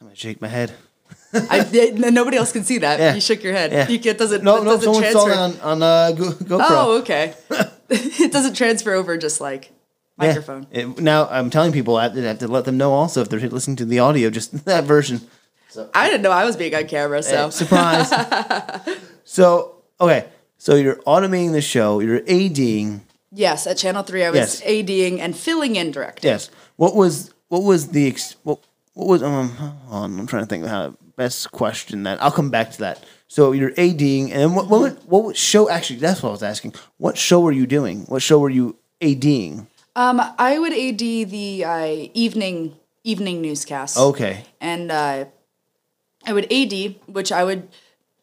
[SPEAKER 1] I'm gonna shake my head.
[SPEAKER 2] I, did- nobody else can see that.
[SPEAKER 1] Yeah.
[SPEAKER 2] You shook your head.
[SPEAKER 1] Yeah.
[SPEAKER 2] You get doesn't.
[SPEAKER 1] No,
[SPEAKER 2] it
[SPEAKER 1] no,
[SPEAKER 2] doesn't
[SPEAKER 1] someone
[SPEAKER 2] transfer.
[SPEAKER 1] saw that on on uh, Go- GoPro.
[SPEAKER 2] Oh, okay. it doesn't transfer over just like
[SPEAKER 1] Yeah.
[SPEAKER 2] microphone.
[SPEAKER 1] It- now I'm telling people I have, to, I have to let them know also if they're listening to the audio, just that version.
[SPEAKER 2] I didn't know I was being on camera, so
[SPEAKER 1] Surprise. so okay, so you're automating the show. You're ADing.
[SPEAKER 2] yes, at Channel Three, I was
[SPEAKER 1] Yes.
[SPEAKER 2] ADing and filling in directing.
[SPEAKER 1] Yes. What was what was the ex- what what was um hold on, I'm trying to think of how to best question that. I'll come back to that. So you're ADing and what what would- what would show actually that's what I was asking. What show were you doing? What show were you ADing?
[SPEAKER 2] Um, I would AD the uh, evening evening newscast.
[SPEAKER 1] Okay.
[SPEAKER 2] and uh, I would AD, which I would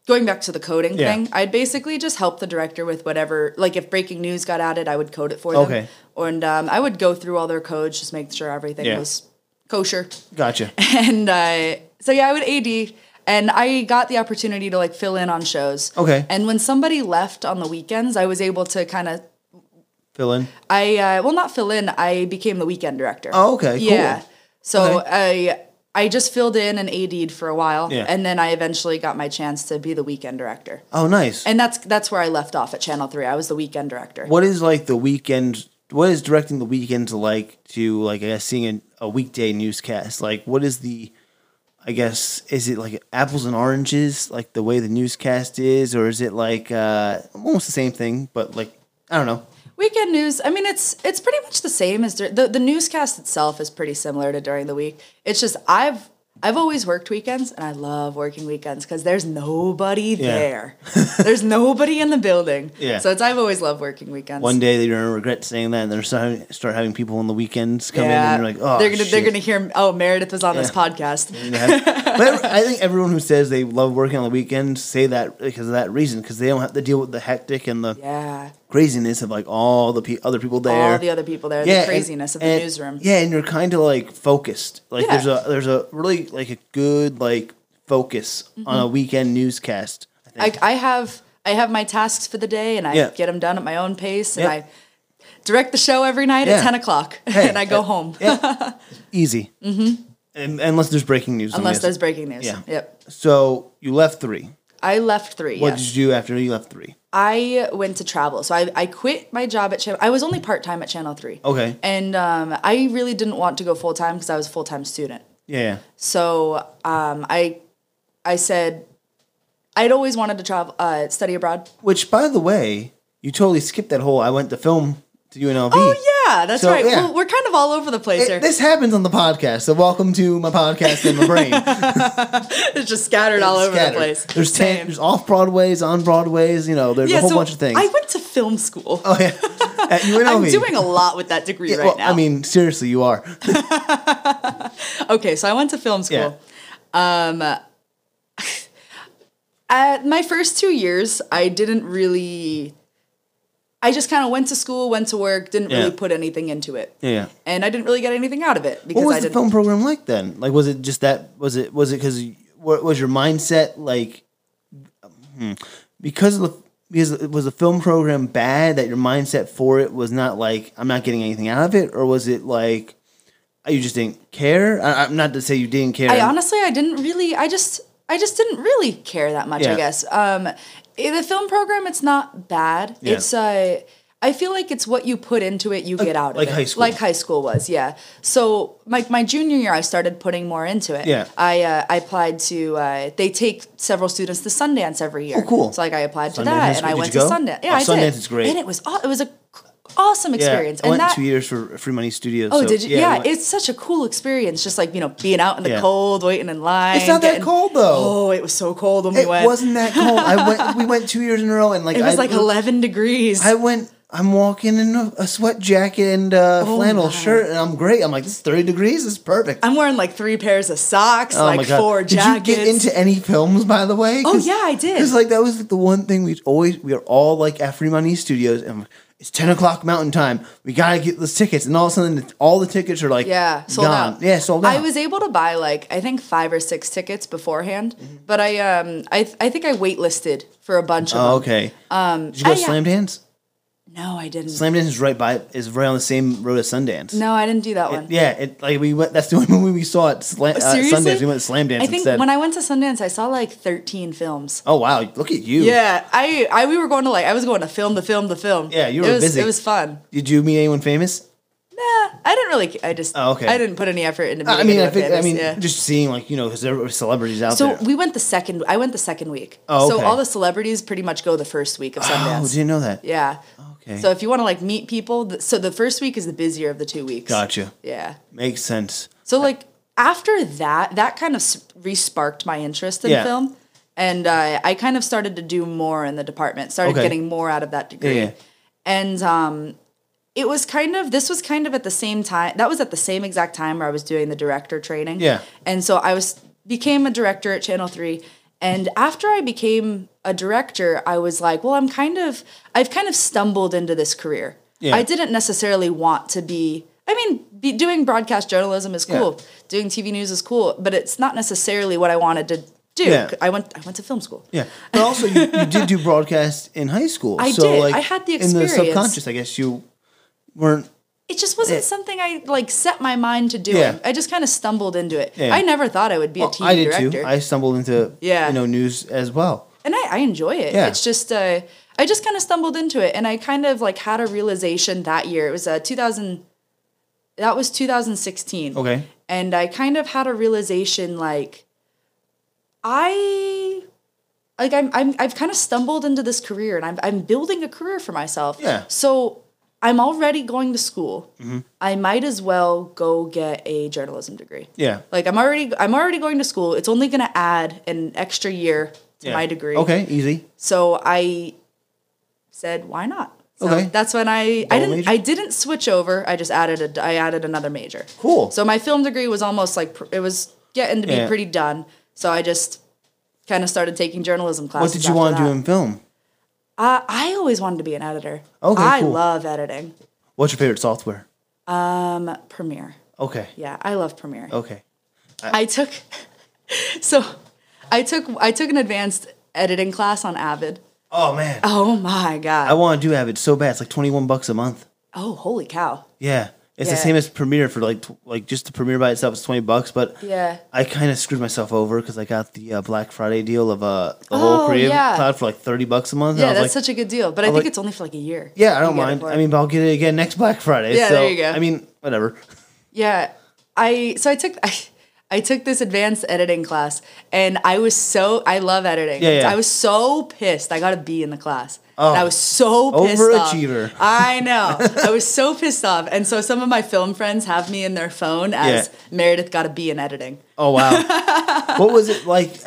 [SPEAKER 2] going back to the coding
[SPEAKER 1] Yeah.
[SPEAKER 2] thing. I'd basically just help the director with whatever, like if breaking news got added, I would code it for them.
[SPEAKER 1] Okay.
[SPEAKER 2] and um, I would go through all their codes, just make sure everything
[SPEAKER 1] Yeah.
[SPEAKER 2] was kosher.
[SPEAKER 1] Gotcha.
[SPEAKER 2] and uh, so yeah, I would AD, and I got the opportunity to like fill in on shows.
[SPEAKER 1] Okay.
[SPEAKER 2] And when somebody left on the weekends, I was able to kind of
[SPEAKER 1] Fill in.
[SPEAKER 2] I uh, well not fill in. I became the weekend director.
[SPEAKER 1] Oh, okay, cool.
[SPEAKER 2] Yeah. So
[SPEAKER 1] Okay.
[SPEAKER 2] I I just filled in and AD'd for a while,
[SPEAKER 1] Yeah.
[SPEAKER 2] and then I eventually got my chance to be the weekend director.
[SPEAKER 1] Oh, nice.
[SPEAKER 2] And that's that's where I left off at Channel Three. I was the weekend director.
[SPEAKER 1] what is like the weekend what is directing the weekends like to like I guess seeing a, a weekday newscast like what is the i guess is it like apples and oranges like the way the newscast is or is it like uh almost the same thing but like i don't know
[SPEAKER 2] Weekend news. I mean, it's it's pretty much the same as dur- the the newscast itself is pretty similar to during the week. It's just I've I've always worked weekends, and I love working weekends because there's nobody
[SPEAKER 1] Yeah.
[SPEAKER 2] there. there's nobody in the building.
[SPEAKER 1] Yeah.
[SPEAKER 2] So it's I've always loved working weekends.
[SPEAKER 1] One day they're gonna regret saying that, and they're starting start having people on the weekends come in, and they're like, "Oh,
[SPEAKER 2] they're gonna
[SPEAKER 1] shit."
[SPEAKER 2] they're gonna hear. Oh, Meredith was on this
[SPEAKER 1] Yeah. Mm-hmm.
[SPEAKER 2] podcast.
[SPEAKER 1] And have- but I think everyone who says they love working on the weekends say that because of that reason, because they don't have to deal with the hectic and the
[SPEAKER 2] Yeah,
[SPEAKER 1] craziness of like all the pe- other people there,
[SPEAKER 2] all the other people there, the
[SPEAKER 1] and-
[SPEAKER 2] craziness of the
[SPEAKER 1] and-
[SPEAKER 2] newsroom.
[SPEAKER 1] Yeah, and you're kind of like focused. Like
[SPEAKER 2] Yeah.
[SPEAKER 1] there's a there's a really like a good like focus on
[SPEAKER 2] Mm-hmm.
[SPEAKER 1] a weekend newscast. I think.
[SPEAKER 2] I, I have I have my tasks for the day, and I
[SPEAKER 1] Yeah.
[SPEAKER 2] get them done at my own pace, and
[SPEAKER 1] Yeah.
[SPEAKER 2] I direct the show every night
[SPEAKER 1] Yeah.
[SPEAKER 2] at ten o'clock,
[SPEAKER 1] Hey,
[SPEAKER 2] and I go
[SPEAKER 1] uh,
[SPEAKER 2] home
[SPEAKER 1] yeah. Easy. Mm-hmm. unless there's breaking news.
[SPEAKER 2] unless
[SPEAKER 1] then
[SPEAKER 2] there's breaking news.
[SPEAKER 1] Yeah.
[SPEAKER 2] Yep.
[SPEAKER 1] yes. So you left three.
[SPEAKER 2] I left three.
[SPEAKER 1] What
[SPEAKER 2] yes.
[SPEAKER 1] did you do after you left three?
[SPEAKER 2] I went to travel. So I, I quit my job at Channel. I was only part time at Channel Three.
[SPEAKER 1] Okay.
[SPEAKER 2] And um, I really didn't want to go full time because I was a full time student.
[SPEAKER 1] Yeah.
[SPEAKER 2] So um, I I said I'd always wanted to travel uh, study abroad.
[SPEAKER 1] Which, by the way, you totally skipped that whole. I went to film to UNLV.
[SPEAKER 2] Oh yeah, that's
[SPEAKER 1] So,
[SPEAKER 2] right.
[SPEAKER 1] yeah.
[SPEAKER 2] Well, we're kind of all over the place here.
[SPEAKER 1] this happens on the podcast, so welcome to my podcast in my brain.
[SPEAKER 2] it's just scattered all over
[SPEAKER 1] Scattered.
[SPEAKER 2] the place.
[SPEAKER 1] There's ten.
[SPEAKER 2] Same.
[SPEAKER 1] There's off Broadways, on Broadways. You know, there's a whole
[SPEAKER 2] so
[SPEAKER 1] bunch of things.
[SPEAKER 2] I went to film school.
[SPEAKER 1] oh yeah, at UNLV.
[SPEAKER 2] I'm doing a lot with that degree right
[SPEAKER 1] well,
[SPEAKER 2] now.
[SPEAKER 1] I mean, seriously, you are.
[SPEAKER 2] okay, so I went to film school.
[SPEAKER 1] Yeah.
[SPEAKER 2] Uh, my first two years, I didn't really. I just kind of went to school, went to work, didn't
[SPEAKER 1] Yeah.
[SPEAKER 2] really put anything into it,
[SPEAKER 1] Yeah.
[SPEAKER 2] and I didn't really get anything out of it because
[SPEAKER 1] What was
[SPEAKER 2] I
[SPEAKER 1] the
[SPEAKER 2] didn't.
[SPEAKER 1] film program like then? Like, was it just that? Was it was it because what was your mindset like? hmm, Because of the because it was the film program bad that your mindset for it was not like I'm not getting anything out of it, or was it like oh, you just didn't care? I, I'm not to say you didn't care.
[SPEAKER 2] I honestly, I didn't really. I just, I just didn't really care that much.
[SPEAKER 1] Yeah.
[SPEAKER 2] I guess. Um, i- the film program, it's not bad.
[SPEAKER 1] Yeah.
[SPEAKER 2] It's uh, I feel like it's what you put into it, you get out of
[SPEAKER 1] like
[SPEAKER 2] it.
[SPEAKER 1] high school.
[SPEAKER 2] Like high school was, yeah. So my my junior year, I started putting more into it.
[SPEAKER 1] Yeah.
[SPEAKER 2] I uh, I applied to. Uh, they take several students to Sundance every year.
[SPEAKER 1] Oh, cool.
[SPEAKER 2] So like I applied to
[SPEAKER 1] Sundance
[SPEAKER 2] that,
[SPEAKER 1] is-
[SPEAKER 2] and I
[SPEAKER 1] did
[SPEAKER 2] went
[SPEAKER 1] you
[SPEAKER 2] to
[SPEAKER 1] go?
[SPEAKER 2] Sundance. Yeah,
[SPEAKER 1] Oh,
[SPEAKER 2] I did.
[SPEAKER 1] Sundance is great.
[SPEAKER 2] and it was aw- it was a c- awesome experience.
[SPEAKER 1] I
[SPEAKER 2] and
[SPEAKER 1] went
[SPEAKER 2] that
[SPEAKER 1] two years for Free Money Studios.
[SPEAKER 2] Oh,
[SPEAKER 1] so,
[SPEAKER 2] did you?
[SPEAKER 1] I
[SPEAKER 2] Yeah,
[SPEAKER 1] went-
[SPEAKER 2] it's such a cool experience. Just like you know, being out in the
[SPEAKER 1] Yeah.
[SPEAKER 2] cold, waiting in line.
[SPEAKER 1] It's not that cold, though.
[SPEAKER 2] Oh, it was so cold when we
[SPEAKER 1] it
[SPEAKER 2] went.
[SPEAKER 1] wasn't that cold. I went. We went two years in a row, and like
[SPEAKER 2] It was
[SPEAKER 1] I,
[SPEAKER 2] like eleven degrees.
[SPEAKER 1] I went. I'm walking in a, a sweat jacket and a flannel
[SPEAKER 2] Oh my.
[SPEAKER 1] shirt, and I'm great. I'm like, this is 30 degrees. This is perfect.
[SPEAKER 2] I'm wearing like three pairs of socks,
[SPEAKER 1] Oh
[SPEAKER 2] like four jackets.
[SPEAKER 1] Did you get into any films, by the way?
[SPEAKER 2] Oh, yeah, I did.
[SPEAKER 1] Because like that was like, the one thing we always we are all like at Free Money Studios, and it's 10 o'clock Mountain Time. We gotta get those tickets, and all of a sudden, it's- all the tickets are like
[SPEAKER 2] yeah, sold
[SPEAKER 1] gone.
[SPEAKER 2] out.
[SPEAKER 1] Yeah, sold out.
[SPEAKER 2] I was able to buy like I think five or six tickets beforehand,
[SPEAKER 1] Mm-hmm.
[SPEAKER 2] but I um I th- I think I waitlisted for a bunch of
[SPEAKER 1] Oh,
[SPEAKER 2] them.
[SPEAKER 1] okay. Um, did you go
[SPEAKER 2] I-
[SPEAKER 1] to Slam Dance?
[SPEAKER 2] No, I didn't.
[SPEAKER 1] Slam Dance is right by is right on the same road as Sundance.
[SPEAKER 2] No, I didn't do that one.
[SPEAKER 1] Yeah, it, like we went. That's the only movie we saw at Slam, uh,
[SPEAKER 2] Seriously?
[SPEAKER 1] Sundance. We went to Slam Dance
[SPEAKER 2] I think
[SPEAKER 1] instead.
[SPEAKER 2] when I went to Sundance, I saw like thirteen films.
[SPEAKER 1] oh wow, look at you.
[SPEAKER 2] Yeah, I, I we were going to like I was going to film the film the film.
[SPEAKER 1] Yeah, you were
[SPEAKER 2] it was,
[SPEAKER 1] busy.
[SPEAKER 2] It was fun.
[SPEAKER 1] Did you meet anyone famous?
[SPEAKER 2] Nah, I didn't really. I just.
[SPEAKER 1] Oh, okay.
[SPEAKER 2] I didn't put any effort into.
[SPEAKER 1] I
[SPEAKER 2] meeting
[SPEAKER 1] mean, I
[SPEAKER 2] anyone
[SPEAKER 1] think. I
[SPEAKER 2] famous,
[SPEAKER 1] mean,
[SPEAKER 2] yeah.
[SPEAKER 1] just seeing like you know, because there were celebrities out
[SPEAKER 2] So
[SPEAKER 1] there.
[SPEAKER 2] we went the second. I went the second week.
[SPEAKER 1] Oh,
[SPEAKER 2] So
[SPEAKER 1] okay.
[SPEAKER 2] all the celebrities pretty much go the first week of
[SPEAKER 1] oh,
[SPEAKER 2] Sundance.
[SPEAKER 1] didn't know that.
[SPEAKER 2] Yeah.
[SPEAKER 1] Okay.
[SPEAKER 2] So if you want to like meet people, th- so the first week is the busier of the two weeks.
[SPEAKER 1] Gotcha.
[SPEAKER 2] Yeah.
[SPEAKER 1] Makes sense.
[SPEAKER 2] So like after that, that kind of s- re-sparked my interest in
[SPEAKER 1] Yeah.
[SPEAKER 2] film, and uh, I kind of started to do more in the department. Started
[SPEAKER 1] Okay.
[SPEAKER 2] getting more out of that degree,
[SPEAKER 1] Yeah, yeah.
[SPEAKER 2] and um, it was kind of this was kind of at the same time. That was at the same exact time where I was doing the director training.
[SPEAKER 1] Yeah.
[SPEAKER 2] and so I was became a director at Channel Three. And after I became a director, I was like, well, I'm kind of, I've kind of stumbled into this career.
[SPEAKER 1] Yeah.
[SPEAKER 2] I didn't necessarily want to be, I mean, be, doing broadcast journalism is
[SPEAKER 1] Yeah.
[SPEAKER 2] cool doing TV news is cool, but it's not necessarily what I wanted to do.
[SPEAKER 1] Yeah.
[SPEAKER 2] I went I went to film school.
[SPEAKER 1] Yeah, but also you, you did do broadcast in high school.
[SPEAKER 2] I
[SPEAKER 1] so,
[SPEAKER 2] did.
[SPEAKER 1] Like,
[SPEAKER 2] I had the
[SPEAKER 1] In the
[SPEAKER 2] experience.
[SPEAKER 1] subconscious, I guess you weren't.
[SPEAKER 2] It just wasn't something I like set my mind to doing.
[SPEAKER 1] Yeah.
[SPEAKER 2] I just kind of stumbled into it.
[SPEAKER 1] Yeah.
[SPEAKER 2] I never thought I would be a TV
[SPEAKER 1] I did
[SPEAKER 2] director,
[SPEAKER 1] too. I stumbled into
[SPEAKER 2] Yeah.
[SPEAKER 1] you know news as well.
[SPEAKER 2] and I, I enjoy it.
[SPEAKER 1] Yeah.
[SPEAKER 2] It's just uh, I just kind of stumbled into it, and I kind of like had a realization that year. It was uh, 2000. That was 2016.
[SPEAKER 1] Okay.
[SPEAKER 2] and I kind of had a realization like I like I'm, I'm I've kind of stumbled into this career and I'm I'm building a career for myself.
[SPEAKER 1] Yeah. Mm-hmm.
[SPEAKER 2] So I'm already going to school. I might as well go get a journalism degree.
[SPEAKER 1] Yeah.
[SPEAKER 2] Like I'm already I'm already going to school. It's only going to add an extra year to
[SPEAKER 1] Yeah.
[SPEAKER 2] my degree.
[SPEAKER 1] Okay, easy.
[SPEAKER 2] So I said, why not? So
[SPEAKER 1] Okay.
[SPEAKER 2] That's when I I
[SPEAKER 1] Double
[SPEAKER 2] didn't
[SPEAKER 1] major?
[SPEAKER 2] I didn't switch over. I just added a I added another major.
[SPEAKER 1] Cool.
[SPEAKER 2] So my film degree was almost like pr- it was getting to be
[SPEAKER 1] Yeah.
[SPEAKER 2] pretty done. So I just kind of started taking journalism classes.
[SPEAKER 1] what did you want to do in film?
[SPEAKER 2] Uh, I always wanted to be an editor.
[SPEAKER 1] Okay,
[SPEAKER 2] I
[SPEAKER 1] cool.
[SPEAKER 2] love editing.
[SPEAKER 1] What's your favorite software?
[SPEAKER 2] Um, Premiere.
[SPEAKER 1] Okay.
[SPEAKER 2] Yeah, I love Premiere.
[SPEAKER 1] Okay.
[SPEAKER 2] I took so I took I took an advanced editing class on Avid.
[SPEAKER 1] Oh man,
[SPEAKER 2] Oh my god.
[SPEAKER 1] I want to do Avid so bad. It's like twenty one bucks a month.
[SPEAKER 2] oh, holy cow.
[SPEAKER 1] Yeah, it's the
[SPEAKER 2] Yeah.
[SPEAKER 1] same as Premiere for like tw- like just the Premiere by itself is twenty bucks, but
[SPEAKER 2] Yeah.
[SPEAKER 1] I kind of screwed myself over because I got the uh, Black Friday deal of uh the whole
[SPEAKER 2] Oh,
[SPEAKER 1] Creative
[SPEAKER 2] yeah.
[SPEAKER 1] Cloud for like thirty bucks a month. and I
[SPEAKER 2] Yeah,
[SPEAKER 1] was
[SPEAKER 2] that's
[SPEAKER 1] like,
[SPEAKER 2] such a good deal. But I, think
[SPEAKER 1] like-
[SPEAKER 2] it's only for like a year.
[SPEAKER 1] yeah, I don't
[SPEAKER 2] You get it
[SPEAKER 1] mind.
[SPEAKER 2] for
[SPEAKER 1] I
[SPEAKER 2] it.
[SPEAKER 1] mean, but I'll get it again next Black Friday.
[SPEAKER 2] Yeah,
[SPEAKER 1] so,
[SPEAKER 2] there you go.
[SPEAKER 1] I mean, whatever.
[SPEAKER 2] Yeah. I so I took I, I took this advanced editing class and I was so I love editing.
[SPEAKER 1] Yeah, yeah. Oh.
[SPEAKER 2] I was so pissed. I got a B in the class. And I was so pissed
[SPEAKER 1] Overachiever.
[SPEAKER 2] off. I know. I was so pissed off. And so some of my film friends have me in their phone as
[SPEAKER 1] Yeah.
[SPEAKER 2] Meredith got a B in editing.
[SPEAKER 1] Oh wow, what was it like?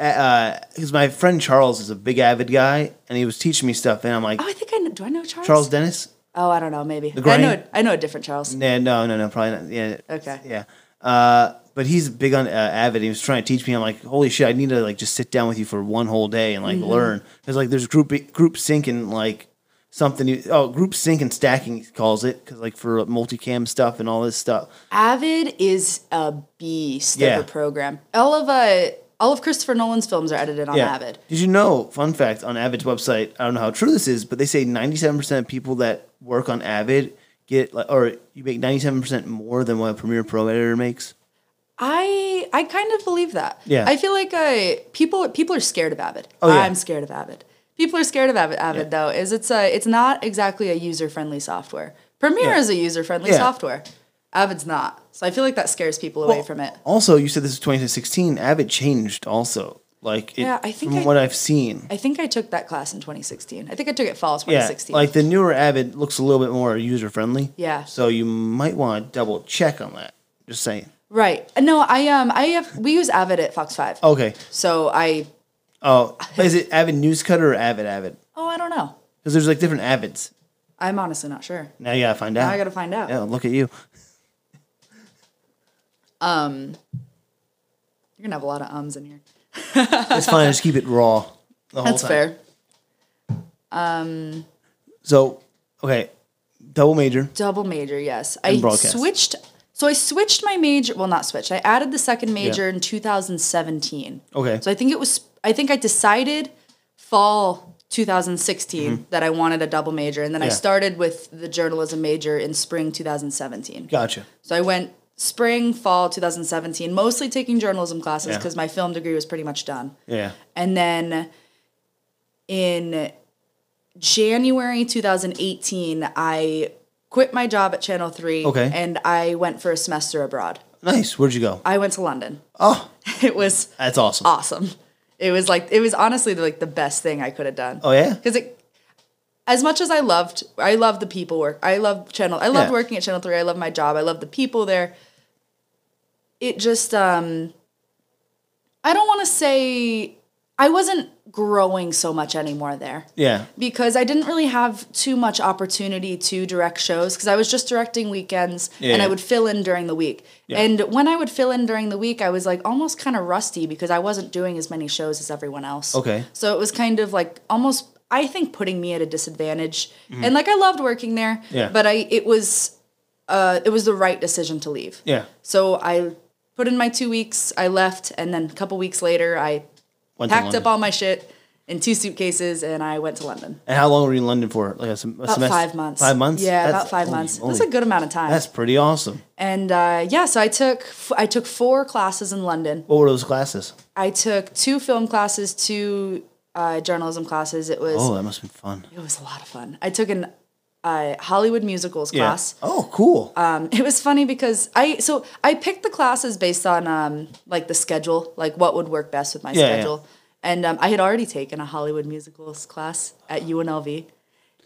[SPEAKER 1] Because my friend Charles is a big Avid guy, and he was teaching me stuff, and I'm like,
[SPEAKER 2] Oh, I think I know. Do I know Charles?
[SPEAKER 1] Charles Dennis.
[SPEAKER 2] Oh, I don't know. Maybe I
[SPEAKER 1] Granny?
[SPEAKER 2] know. I know a different Charles.
[SPEAKER 1] Yeah, no, no, no, probably not. Yeah.
[SPEAKER 2] Okay.
[SPEAKER 1] Yeah. Uh, but he's big on uh, Avid. He was trying to teach me. I'm like, holy shit, I need to like just sit down with you for one whole day and
[SPEAKER 2] Mm-hmm.
[SPEAKER 1] like learn. Because like there's group group sync and like something. You, oh, group sync and stacking he calls it because like for multicam stuff and all this stuff.
[SPEAKER 2] Avid is a beast
[SPEAKER 1] Yeah.
[SPEAKER 2] of a program. All of uh, all of Christopher Nolan's films are edited on
[SPEAKER 1] Yeah.
[SPEAKER 2] Avid.
[SPEAKER 1] Did you know? Fun fact on Avid's website. I don't know how true this is, but they say 97 percent of people that work on Avid get like, or you make 97 percent more than what a Premiere Pro editor makes.
[SPEAKER 2] I I kind of believe that.
[SPEAKER 1] Yeah.
[SPEAKER 2] I feel like I people people are scared of Avid.
[SPEAKER 1] Oh, yeah.
[SPEAKER 2] I'm scared of Avid. People are scared of Avid. Avid though is it's a it's not exactly a user friendly software. Premiere
[SPEAKER 1] Yeah.
[SPEAKER 2] is a user friendly
[SPEAKER 1] Yeah.
[SPEAKER 2] software. Avid's not. So I feel like that scares people away from it.
[SPEAKER 1] Also, you said this is 2016. Avid changed also. Like, it,
[SPEAKER 2] Yeah, I think
[SPEAKER 1] from
[SPEAKER 2] I-
[SPEAKER 1] what I've seen.
[SPEAKER 2] I think I took that class in 2016. I think I took it fall
[SPEAKER 1] Yeah,
[SPEAKER 2] 2016.
[SPEAKER 1] like the newer Avid looks a little bit more user friendly.
[SPEAKER 2] Yeah.
[SPEAKER 1] So you might want to double check on that. Just saying.
[SPEAKER 2] right. No, I um I have we use Avid at Fox 5.
[SPEAKER 1] Okay.
[SPEAKER 2] So I
[SPEAKER 1] Oh, is it Avid Newscutter or Avid Avid?
[SPEAKER 2] oh, I don't know.
[SPEAKER 1] Because there's like different Avids.
[SPEAKER 2] I'm honestly not sure.
[SPEAKER 1] Now you gotta find out.
[SPEAKER 2] Now I got to find out.
[SPEAKER 1] Yeah, look at you.
[SPEAKER 2] You're going to have a lot of ums in here.
[SPEAKER 1] It's fine. just keep it raw. The whole
[SPEAKER 2] That's
[SPEAKER 1] time.
[SPEAKER 2] fair.
[SPEAKER 1] So, okay, double major.
[SPEAKER 2] Double major, yes. I
[SPEAKER 1] broadcast.
[SPEAKER 2] switched. So I switched my major. Well, not switched. I added the second major in 2017.
[SPEAKER 1] Okay.
[SPEAKER 2] So I think it was. I think I decided fall 2016 that I wanted a double major, and then I
[SPEAKER 1] Mm-hmm. Yeah.
[SPEAKER 2] started with the journalism major in spring 2017.
[SPEAKER 1] Gotcha.
[SPEAKER 2] So I went spring, fall 2017, mostly taking journalism classes
[SPEAKER 1] Yeah.
[SPEAKER 2] because my film degree was pretty much done.
[SPEAKER 1] Yeah.
[SPEAKER 2] And then in January 2018, I quit my job at Channel 3
[SPEAKER 1] Okay.
[SPEAKER 2] and I went for a semester abroad.
[SPEAKER 1] Nice. Where'd you go?
[SPEAKER 2] I went to London.
[SPEAKER 1] Oh,
[SPEAKER 2] It was
[SPEAKER 1] that's awesome.
[SPEAKER 2] awesome. It was like it was honestly like the best thing I could have done.
[SPEAKER 1] Oh, yeah?
[SPEAKER 2] Cuz it as much as I loved I loved the people work. I loved Channel. I loved
[SPEAKER 1] Yeah.
[SPEAKER 2] working at Channel 3. I loved my job. I loved the people there. It just um I don't want to say I wasn't growing so much anymore there
[SPEAKER 1] Yeah.
[SPEAKER 2] because I didn't really have too much opportunity to direct shows because I was just directing weekends and
[SPEAKER 1] Yeah.
[SPEAKER 2] I would fill in during the week.
[SPEAKER 1] Yeah.
[SPEAKER 2] And when I would fill in during the week, I was like almost kind of rusty because I wasn't doing as many shows as everyone else.
[SPEAKER 1] Okay.
[SPEAKER 2] So it was kind of like almost I think putting me at a disadvantage. And like I loved working there,
[SPEAKER 1] Mm-hmm. Yeah.
[SPEAKER 2] but I it was uh it was the right decision to leave.
[SPEAKER 1] Yeah.
[SPEAKER 2] So I put in my 2 weeks, I left and then a couple weeks later I
[SPEAKER 1] Went to
[SPEAKER 2] packed
[SPEAKER 1] London.
[SPEAKER 2] up all my shit in two suitcases and I went to London.
[SPEAKER 1] And how long were you in London for? Like a, sem- a
[SPEAKER 2] About
[SPEAKER 1] semester?
[SPEAKER 2] five months.
[SPEAKER 1] Five months.
[SPEAKER 2] Yeah,
[SPEAKER 1] That's-
[SPEAKER 2] about five
[SPEAKER 1] holy
[SPEAKER 2] months.
[SPEAKER 1] moly.
[SPEAKER 2] That's a good amount of time.
[SPEAKER 1] That's pretty awesome.
[SPEAKER 2] and uh, yeah, so I took f- I took four classes in London.
[SPEAKER 1] What were those classes?
[SPEAKER 2] I took two film classes, two uh, journalism classes. It was
[SPEAKER 1] Oh, that must have been fun.
[SPEAKER 2] it was a lot of fun. I took an uh, Hollywood musicals class.
[SPEAKER 1] Yeah. Oh, cool.
[SPEAKER 2] Um, it was funny because I so I picked the classes based on um, like the schedule, like what would work best with my
[SPEAKER 1] Yeah, yeah.
[SPEAKER 2] schedule. And um, I had already taken a Hollywood musicals class at UNLV,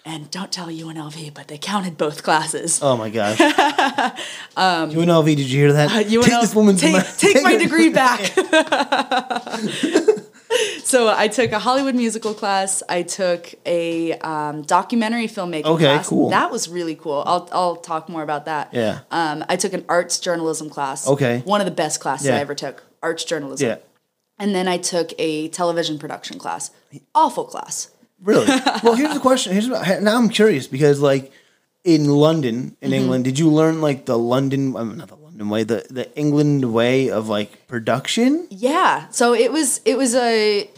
[SPEAKER 2] And don't tell UNLV, but they counted both classes.
[SPEAKER 1] Oh my gosh.
[SPEAKER 2] Um,
[SPEAKER 1] UNLV, did you hear that?
[SPEAKER 2] Uh, UNL
[SPEAKER 1] take this woman's
[SPEAKER 2] take,
[SPEAKER 1] ma-
[SPEAKER 2] take my degree back. so I took a Hollywood musical class. I took a um, documentary filmmaking
[SPEAKER 1] Okay,
[SPEAKER 2] class.
[SPEAKER 1] cool.
[SPEAKER 2] That was really cool. I'll, I'll talk more about that.
[SPEAKER 1] Yeah.
[SPEAKER 2] Um, I took an arts journalism class.
[SPEAKER 1] Okay.
[SPEAKER 2] One of the best classes
[SPEAKER 1] Yeah.
[SPEAKER 2] I ever took. Arts journalism.
[SPEAKER 1] Yeah.
[SPEAKER 2] And then I took a television production class. Awful class.
[SPEAKER 1] Really? Well, here's the question. Here's what- now I'm curious because like in London, in
[SPEAKER 2] Mm-hmm.
[SPEAKER 1] England, did you learn like the London, I mean, not the London way, the the England way of like production?
[SPEAKER 2] Yeah. So it was it was a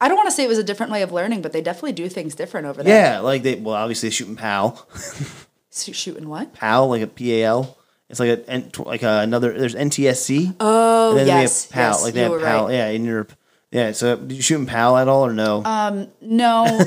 [SPEAKER 2] I don't want to say it was a different way of learning, but they definitely do things different over there.
[SPEAKER 1] Yeah, like they well, obviously shooting pal,
[SPEAKER 2] Sh- Shooting what?
[SPEAKER 1] pal like a PAL. It's like a N- tw- like a, another. There's NTSC. Oh and then
[SPEAKER 2] yes,
[SPEAKER 1] They have pal
[SPEAKER 2] yes,
[SPEAKER 1] like they
[SPEAKER 2] you
[SPEAKER 1] have
[SPEAKER 2] were
[SPEAKER 1] pal.
[SPEAKER 2] right.
[SPEAKER 1] Yeah, in Europe. Yeah. So did you shoot in pal at all or no?
[SPEAKER 2] Uh, No,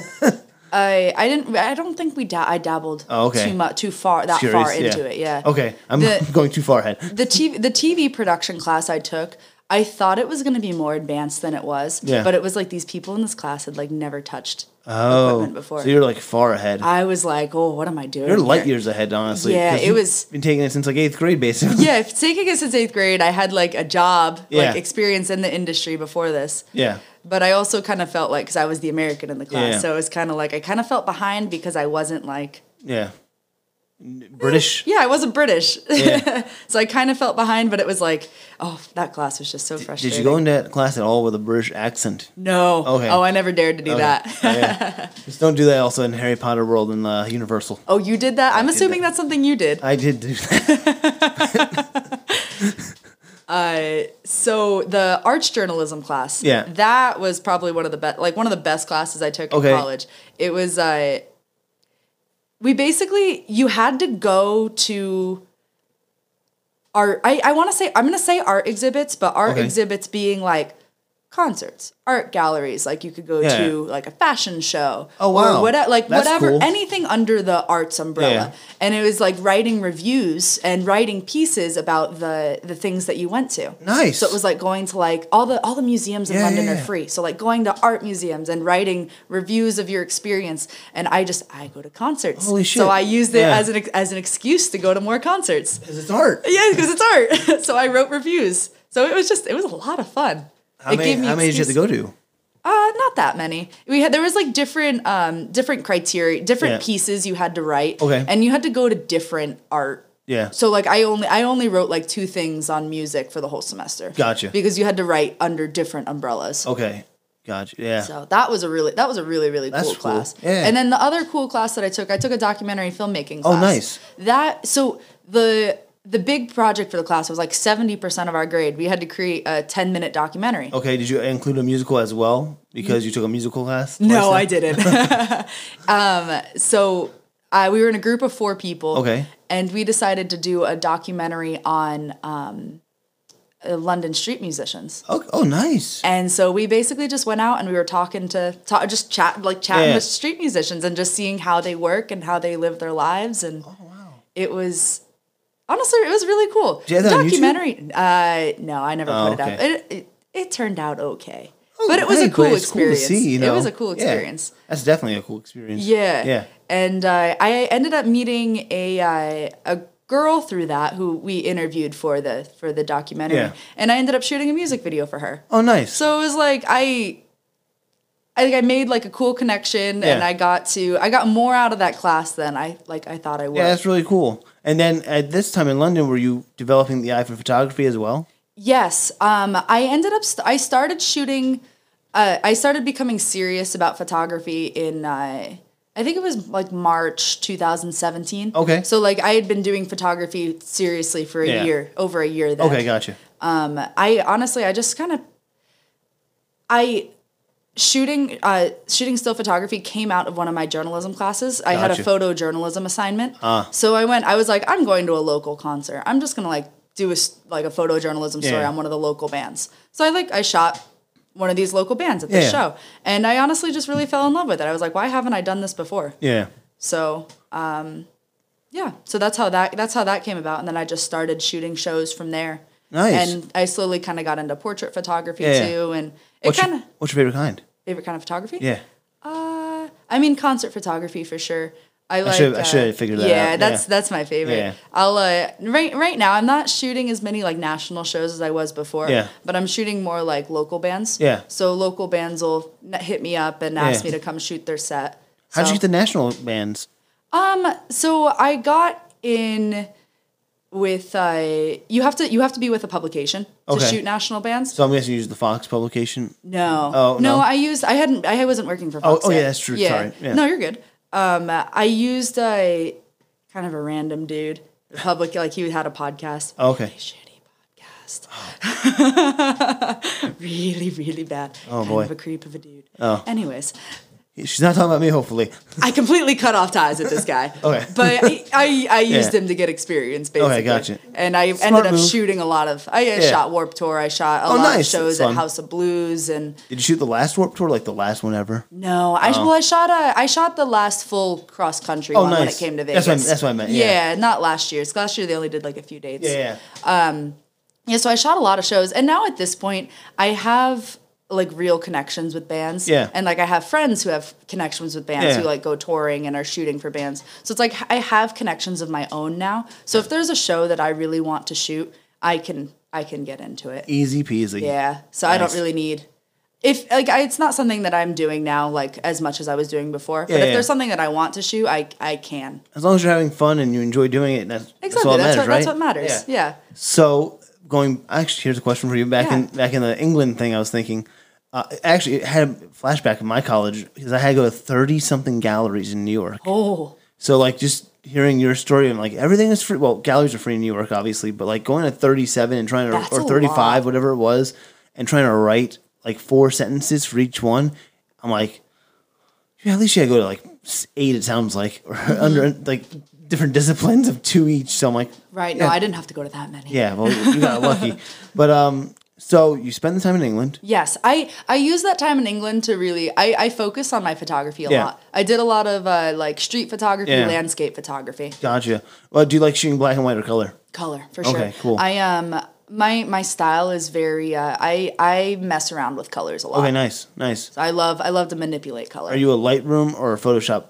[SPEAKER 2] I I didn't. I don't think we. Da- I dabbled
[SPEAKER 1] Oh, okay.
[SPEAKER 2] too much, too far, that far into it. Yeah.
[SPEAKER 1] Okay, I'm
[SPEAKER 2] The-
[SPEAKER 1] going too far ahead.
[SPEAKER 2] The TV, the TV production class I took, I thought it was going to be more advanced than it was.
[SPEAKER 1] Yeah.
[SPEAKER 2] But it was like these people in this class had like never touched
[SPEAKER 1] Oh,
[SPEAKER 2] equipment before.
[SPEAKER 1] so you're like far ahead.
[SPEAKER 2] I was like, oh, what am I doing?
[SPEAKER 1] You're light
[SPEAKER 2] here?
[SPEAKER 1] years ahead, honestly.
[SPEAKER 2] Yeah,
[SPEAKER 1] 'cause
[SPEAKER 2] it
[SPEAKER 1] you've
[SPEAKER 2] was-
[SPEAKER 1] been taking it since like eighth grade, basically.
[SPEAKER 2] Yeah, if taking it since eighth grade, I had like a job,
[SPEAKER 1] Yeah.
[SPEAKER 2] like experience in the industry before this.
[SPEAKER 1] Yeah.
[SPEAKER 2] But I also kind of felt like, because I was the American in the class,
[SPEAKER 1] Yeah.
[SPEAKER 2] so it was kind of like I kind of felt behind because I wasn't like
[SPEAKER 1] yeah, N- British.
[SPEAKER 2] Yeah, I wasn't British.
[SPEAKER 1] Yeah.
[SPEAKER 2] so I kind of felt behind, but it was like, oh, that class was just so
[SPEAKER 1] Did
[SPEAKER 2] frustrating.
[SPEAKER 1] you go into that class at all with a British accent?
[SPEAKER 2] No.
[SPEAKER 1] Okay.
[SPEAKER 2] Oh, I never dared to do that.
[SPEAKER 1] Oh, yeah. Just don't do that. Also in Harry Potter world and uh, Universal.
[SPEAKER 2] Oh, you did that? I'm
[SPEAKER 1] did
[SPEAKER 2] assuming
[SPEAKER 1] that.
[SPEAKER 2] that's something you did.
[SPEAKER 1] I did do that.
[SPEAKER 2] Uh, so the arts journalism class,
[SPEAKER 1] Yeah.
[SPEAKER 2] that was probably one of the best, like one of the best classes I took
[SPEAKER 1] Okay.
[SPEAKER 2] in college. It was, uh, we basically, you had to go to art. I, I want to say, I'm going to say art exhibits, but art
[SPEAKER 1] Okay.
[SPEAKER 2] exhibits being like concerts, art galleries, like you could go
[SPEAKER 1] Yeah.
[SPEAKER 2] to like a fashion show
[SPEAKER 1] Oh, wow.
[SPEAKER 2] or whatever, like
[SPEAKER 1] That's
[SPEAKER 2] whatever,
[SPEAKER 1] cool.
[SPEAKER 2] anything under the arts umbrella.
[SPEAKER 1] Yeah.
[SPEAKER 2] And it was like writing reviews and writing pieces about the the things that you went to.
[SPEAKER 1] Nice.
[SPEAKER 2] So it was like going to like all the all the museums in
[SPEAKER 1] Yeah,
[SPEAKER 2] London
[SPEAKER 1] yeah, yeah.
[SPEAKER 2] are free. So like going to art museums and writing reviews of your experience. And I just I go to concerts.
[SPEAKER 1] Holy shit.
[SPEAKER 2] So I used it
[SPEAKER 1] Yeah.
[SPEAKER 2] as an ex- as an excuse to go to more concerts.
[SPEAKER 1] Because it's art.
[SPEAKER 2] Yeah, because it's art. so I wrote reviews. So it was just it was a lot of fun.
[SPEAKER 1] How many, how many did you have to go to?
[SPEAKER 2] Uh, not that many. We had there was like different um different criteria, different
[SPEAKER 1] Yeah.
[SPEAKER 2] pieces you had to write.
[SPEAKER 1] Okay.
[SPEAKER 2] And you had to go to different art.
[SPEAKER 1] Yeah.
[SPEAKER 2] So like I only I only wrote like two things on music for the whole semester.
[SPEAKER 1] Gotcha. Oh.
[SPEAKER 2] Because you had to write under different umbrellas.
[SPEAKER 1] Okay. Gotcha. Yeah.
[SPEAKER 2] So that was a really that was a really really
[SPEAKER 1] That's
[SPEAKER 2] cool
[SPEAKER 1] cool.
[SPEAKER 2] class.
[SPEAKER 1] Yeah. Oh,
[SPEAKER 2] And then the other cool class that I took, I took a documentary filmmaking class.
[SPEAKER 1] nice.
[SPEAKER 2] That so the the big project for the class was like 70% of our grade. We had to create a 10-minute documentary.
[SPEAKER 1] Okay. Did you include a musical as well? Because you took a musical class.
[SPEAKER 2] No, I
[SPEAKER 1] twice
[SPEAKER 2] didn't. um, so I, we were in a group of four people.
[SPEAKER 1] Okay.
[SPEAKER 2] And we decided to do a documentary on um, uh, London street musicians.
[SPEAKER 1] now? Okay. Oh, nice.
[SPEAKER 2] And so we basically just went out and we were talking to, ta- just chat, like chatting
[SPEAKER 1] Yeah.
[SPEAKER 2] with street musicians and just seeing how they work and how they live their lives. And
[SPEAKER 1] Oh,
[SPEAKER 2] it was, honestly, it was really cool.
[SPEAKER 1] you have that on YouTube?
[SPEAKER 2] documentary. Uh, no, I never
[SPEAKER 1] Oh,
[SPEAKER 2] put it up.
[SPEAKER 1] okay.
[SPEAKER 2] It, it, it turned out okay. but it was
[SPEAKER 1] Oh, Hey,
[SPEAKER 2] a
[SPEAKER 1] but
[SPEAKER 2] cool
[SPEAKER 1] it's to
[SPEAKER 2] experience.
[SPEAKER 1] see, you know?
[SPEAKER 2] It was a cool
[SPEAKER 1] Yeah.
[SPEAKER 2] experience.
[SPEAKER 1] That's definitely a cool experience.
[SPEAKER 2] Yeah.
[SPEAKER 1] Yeah.
[SPEAKER 2] And uh, I ended up meeting a uh, a girl through that who we interviewed for the for the documentary,
[SPEAKER 1] Yeah.
[SPEAKER 2] and I ended up shooting a music video for her.
[SPEAKER 1] Oh, nice.
[SPEAKER 2] So it was like I. I think I made like a cool connection, and
[SPEAKER 1] Yeah.
[SPEAKER 2] I got to I got more out of that class than I like I thought I would.
[SPEAKER 1] yeah, that's really cool. And then at this time in London, were you developing the eye for photography as well?
[SPEAKER 2] Yes. Um, I ended up, st- I started shooting, uh, I started becoming serious about photography in, uh, I think it was like March 2017.
[SPEAKER 1] Okay.
[SPEAKER 2] So, like, I had been doing photography seriously for a
[SPEAKER 1] Yeah.
[SPEAKER 2] year, over a year then.
[SPEAKER 1] Okay, gotcha.
[SPEAKER 2] Um, I honestly, I just kind of, I, shooting uh, shooting still photography came out of one of my journalism classes. I had a
[SPEAKER 1] Gotcha. Ah.
[SPEAKER 2] photojournalism assignment. So I went. I was like, I'm going to a local concert. I'm just gonna like do a s- like a photojournalism story
[SPEAKER 1] Yeah.
[SPEAKER 2] on one of the local bands. So I like I shot one of these local bands at this
[SPEAKER 1] Yeah.
[SPEAKER 2] show, and I honestly just really fell in love with it. I was like, why haven't I done this before?
[SPEAKER 1] Yeah.
[SPEAKER 2] So. Um, yeah, so that's how that that's how that came about, and then I just started shooting shows from there.
[SPEAKER 1] Nice.
[SPEAKER 2] And I slowly kind of got into portrait photography
[SPEAKER 1] Yeah.
[SPEAKER 2] too, and it
[SPEAKER 1] What's,
[SPEAKER 2] kind of
[SPEAKER 1] your, what's your favorite kind?
[SPEAKER 2] favorite kind of photography.
[SPEAKER 1] Yeah.
[SPEAKER 2] Uh, I mean, concert photography for sure. I like.
[SPEAKER 1] should- I
[SPEAKER 2] uh,
[SPEAKER 1] should have figured that
[SPEAKER 2] yeah,
[SPEAKER 1] out.
[SPEAKER 2] that's
[SPEAKER 1] Yeah.
[SPEAKER 2] that's my favorite.
[SPEAKER 1] Yeah.
[SPEAKER 2] I'll uh, right right now. I'm not shooting as many like national shows as I was before.
[SPEAKER 1] Yeah.
[SPEAKER 2] But I'm shooting more like local bands.
[SPEAKER 1] Yeah.
[SPEAKER 2] So local bands will n- hit me up and ask
[SPEAKER 1] Yeah.
[SPEAKER 2] me to come shoot their set.
[SPEAKER 1] How'd
[SPEAKER 2] So-
[SPEAKER 1] you get the national bands?
[SPEAKER 2] Um, so I got in with uh, you have to you have to be with a publication to
[SPEAKER 1] Okay.
[SPEAKER 2] shoot national bands.
[SPEAKER 1] So I'm guessing you used the Fox publication.
[SPEAKER 2] No.
[SPEAKER 1] Oh, no.
[SPEAKER 2] I used. I hadn't. I wasn't working for. Fox
[SPEAKER 1] oh, yeah,
[SPEAKER 2] yet.
[SPEAKER 1] that's true. Sorry. Yeah.
[SPEAKER 2] No, you're good. Um, uh, I used a kind of a random dude. The Public, like he had a podcast.
[SPEAKER 1] Oh, okay.
[SPEAKER 2] Shitty podcast. really, really bad. Oh kind
[SPEAKER 1] boy.
[SPEAKER 2] Of a creep of a dude. Oh. Anyways,
[SPEAKER 1] She's not talking about me, hopefully.
[SPEAKER 2] I completely cut off ties with this guy.
[SPEAKER 1] Okay.
[SPEAKER 2] But I, I, I used
[SPEAKER 1] Yeah.
[SPEAKER 2] him to get experience, basically.
[SPEAKER 1] gotcha.
[SPEAKER 2] And I ended up
[SPEAKER 1] move.
[SPEAKER 2] shooting a lot of, I uh, shot Warp Tour. I shot a
[SPEAKER 1] Oh,
[SPEAKER 2] lot
[SPEAKER 1] nice.
[SPEAKER 2] of shows
[SPEAKER 1] That's fun.
[SPEAKER 2] at House of Blues. And
[SPEAKER 1] Did you shoot the last Warp Tour, like the last one ever?
[SPEAKER 2] no, I, well, I shot a, I shot the last full cross country
[SPEAKER 1] Oh,
[SPEAKER 2] one when
[SPEAKER 1] nice.
[SPEAKER 2] it came to Vegas.
[SPEAKER 1] That's what I- that's what I meant, yeah.
[SPEAKER 2] not last year. 'cause last year they only did like a few dates.
[SPEAKER 1] Yeah.
[SPEAKER 2] Yeah, so I shot a lot of shows, and now at this point, I have like real connections with bands.
[SPEAKER 1] Yeah.
[SPEAKER 2] and like I have friends who have connections with bands
[SPEAKER 1] Yeah.
[SPEAKER 2] who like go touring and are shooting for bands. So it's like I have connections of my own now. So if there's a show that I really want to shoot, I can I can get into it.
[SPEAKER 1] Easy peasy.
[SPEAKER 2] Yeah, so I don't
[SPEAKER 1] Nice.
[SPEAKER 2] really need. If like I, it's not something that I'm doing now, like as much as I was doing before.
[SPEAKER 1] Yeah,
[SPEAKER 2] but if
[SPEAKER 1] yeah.
[SPEAKER 2] there's something that I want to shoot, I I can.
[SPEAKER 1] As long as you're having fun and you enjoy doing it, that's, that's
[SPEAKER 2] Exactly.
[SPEAKER 1] all that
[SPEAKER 2] That's,
[SPEAKER 1] matters,
[SPEAKER 2] what
[SPEAKER 1] right?
[SPEAKER 2] that's what matters. Yeah.
[SPEAKER 1] So going actually, here's a question for you. Back in
[SPEAKER 2] Yeah.
[SPEAKER 1] back in the England thing, I was thinking. Uh, actually, it had a flashback of my college because I had to go to thirty something galleries in New York.
[SPEAKER 2] Oh.
[SPEAKER 1] So like just hearing your story and like everything is free. Well, galleries are free in New York, obviously, but like going to thirty seven and trying to
[SPEAKER 2] That's
[SPEAKER 1] or
[SPEAKER 2] a
[SPEAKER 1] thirty five,
[SPEAKER 2] lot.
[SPEAKER 1] whatever it was, and trying to write like four sentences for each one. I'm like, yeah, at least you gotta go to like s- eight. It sounds like or under
[SPEAKER 2] Mm-hmm.
[SPEAKER 1] like different disciplines of two each. So I'm like,
[SPEAKER 2] Right. No, I didn't have to go to that many.
[SPEAKER 1] yeah, well, you got lucky. But um, so you spend the time in England.
[SPEAKER 2] Yes, I I use that time in England to really I I focus on my photography a
[SPEAKER 1] Yeah.
[SPEAKER 2] lot. I did a lot of uh, like street photography,
[SPEAKER 1] Yeah.
[SPEAKER 2] landscape photography,
[SPEAKER 1] Gotcha. Well, do you like shooting black and white or color?
[SPEAKER 2] color for sure.
[SPEAKER 1] Okay, cool.
[SPEAKER 2] I um my my style is very uh, I I mess around with colors a lot.
[SPEAKER 1] Okay, nice, nice.
[SPEAKER 2] I love I love to manipulate color.
[SPEAKER 1] Are you a Lightroom or a Photoshop?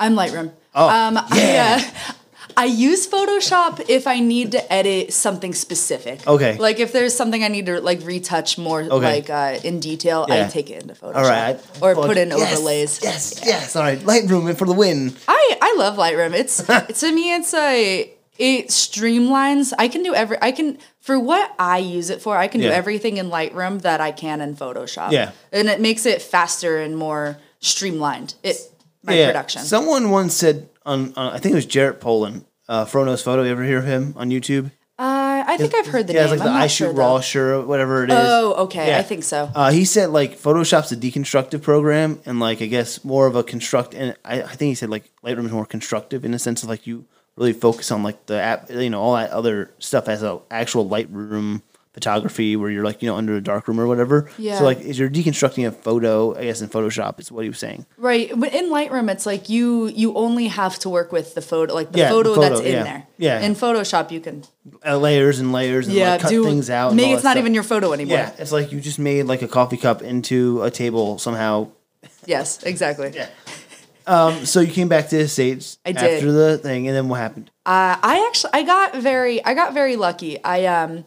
[SPEAKER 2] I'm Lightroom. Oh, um, yeah. I, uh, I use Photoshop if I need to edit something specific.
[SPEAKER 1] Okay.
[SPEAKER 2] Like if there's something I need to like retouch more, like uh, in detail,
[SPEAKER 1] Yeah.
[SPEAKER 2] I take it into Photoshop.
[SPEAKER 1] All right. I-
[SPEAKER 2] Or
[SPEAKER 1] Photo-
[SPEAKER 2] put in
[SPEAKER 1] Yes,
[SPEAKER 2] overlays.
[SPEAKER 1] Yes, yes. All right, Lightroom and for the win.
[SPEAKER 2] I I love Lightroom. It's to me it's a it streamlines. I can do every I can for what I use it for. I can
[SPEAKER 1] Yeah.
[SPEAKER 2] do everything in Lightroom that I can in Photoshop.
[SPEAKER 1] Yeah.
[SPEAKER 2] and it makes it faster and more streamlined. It my production.
[SPEAKER 1] Someone once said on, on I think it was Jarrett Poland, uh, Frono's photo. You ever hear of him on YouTube?
[SPEAKER 2] uh, I think I've heard the
[SPEAKER 1] yeah,
[SPEAKER 2] name.
[SPEAKER 1] it's like
[SPEAKER 2] I'm
[SPEAKER 1] the
[SPEAKER 2] not
[SPEAKER 1] I
[SPEAKER 2] sure,
[SPEAKER 1] shoot
[SPEAKER 2] though.
[SPEAKER 1] raw, sure, whatever it is.
[SPEAKER 2] Oh, okay.
[SPEAKER 1] Yeah.
[SPEAKER 2] I think so.
[SPEAKER 1] Uh, he said like Photoshop's a deconstructive program, and like I guess more of a construct. And I, I think he said like Lightroom is more constructive in the sense of like you really focus on like the app, you know, all that other stuff as a actual Lightroom photography where you're like you know under a dark room or whatever.
[SPEAKER 2] Yeah.
[SPEAKER 1] So like is you're deconstructing a photo, I guess in Photoshop is what he was saying.
[SPEAKER 2] Right, but in Lightroom, it's like you you only have to work with the photo, like the
[SPEAKER 1] Yeah, the
[SPEAKER 2] photo,
[SPEAKER 1] photo,
[SPEAKER 2] that's in
[SPEAKER 1] yeah.
[SPEAKER 2] there.
[SPEAKER 1] Yeah.
[SPEAKER 2] In Photoshop, you can
[SPEAKER 1] Uh, layers and layers and
[SPEAKER 2] yeah
[SPEAKER 1] like, cut
[SPEAKER 2] do
[SPEAKER 1] things out. and
[SPEAKER 2] Maybe
[SPEAKER 1] all
[SPEAKER 2] it's
[SPEAKER 1] that
[SPEAKER 2] not
[SPEAKER 1] stuff.
[SPEAKER 2] even your photo anymore.
[SPEAKER 1] Yeah, it's like you just made like a coffee cup into a table somehow.
[SPEAKER 2] Yes, exactly.
[SPEAKER 1] So you came back to the states
[SPEAKER 2] I did.
[SPEAKER 1] after the thing, and then what happened?
[SPEAKER 2] Uh, I actually I got very I got very lucky. I um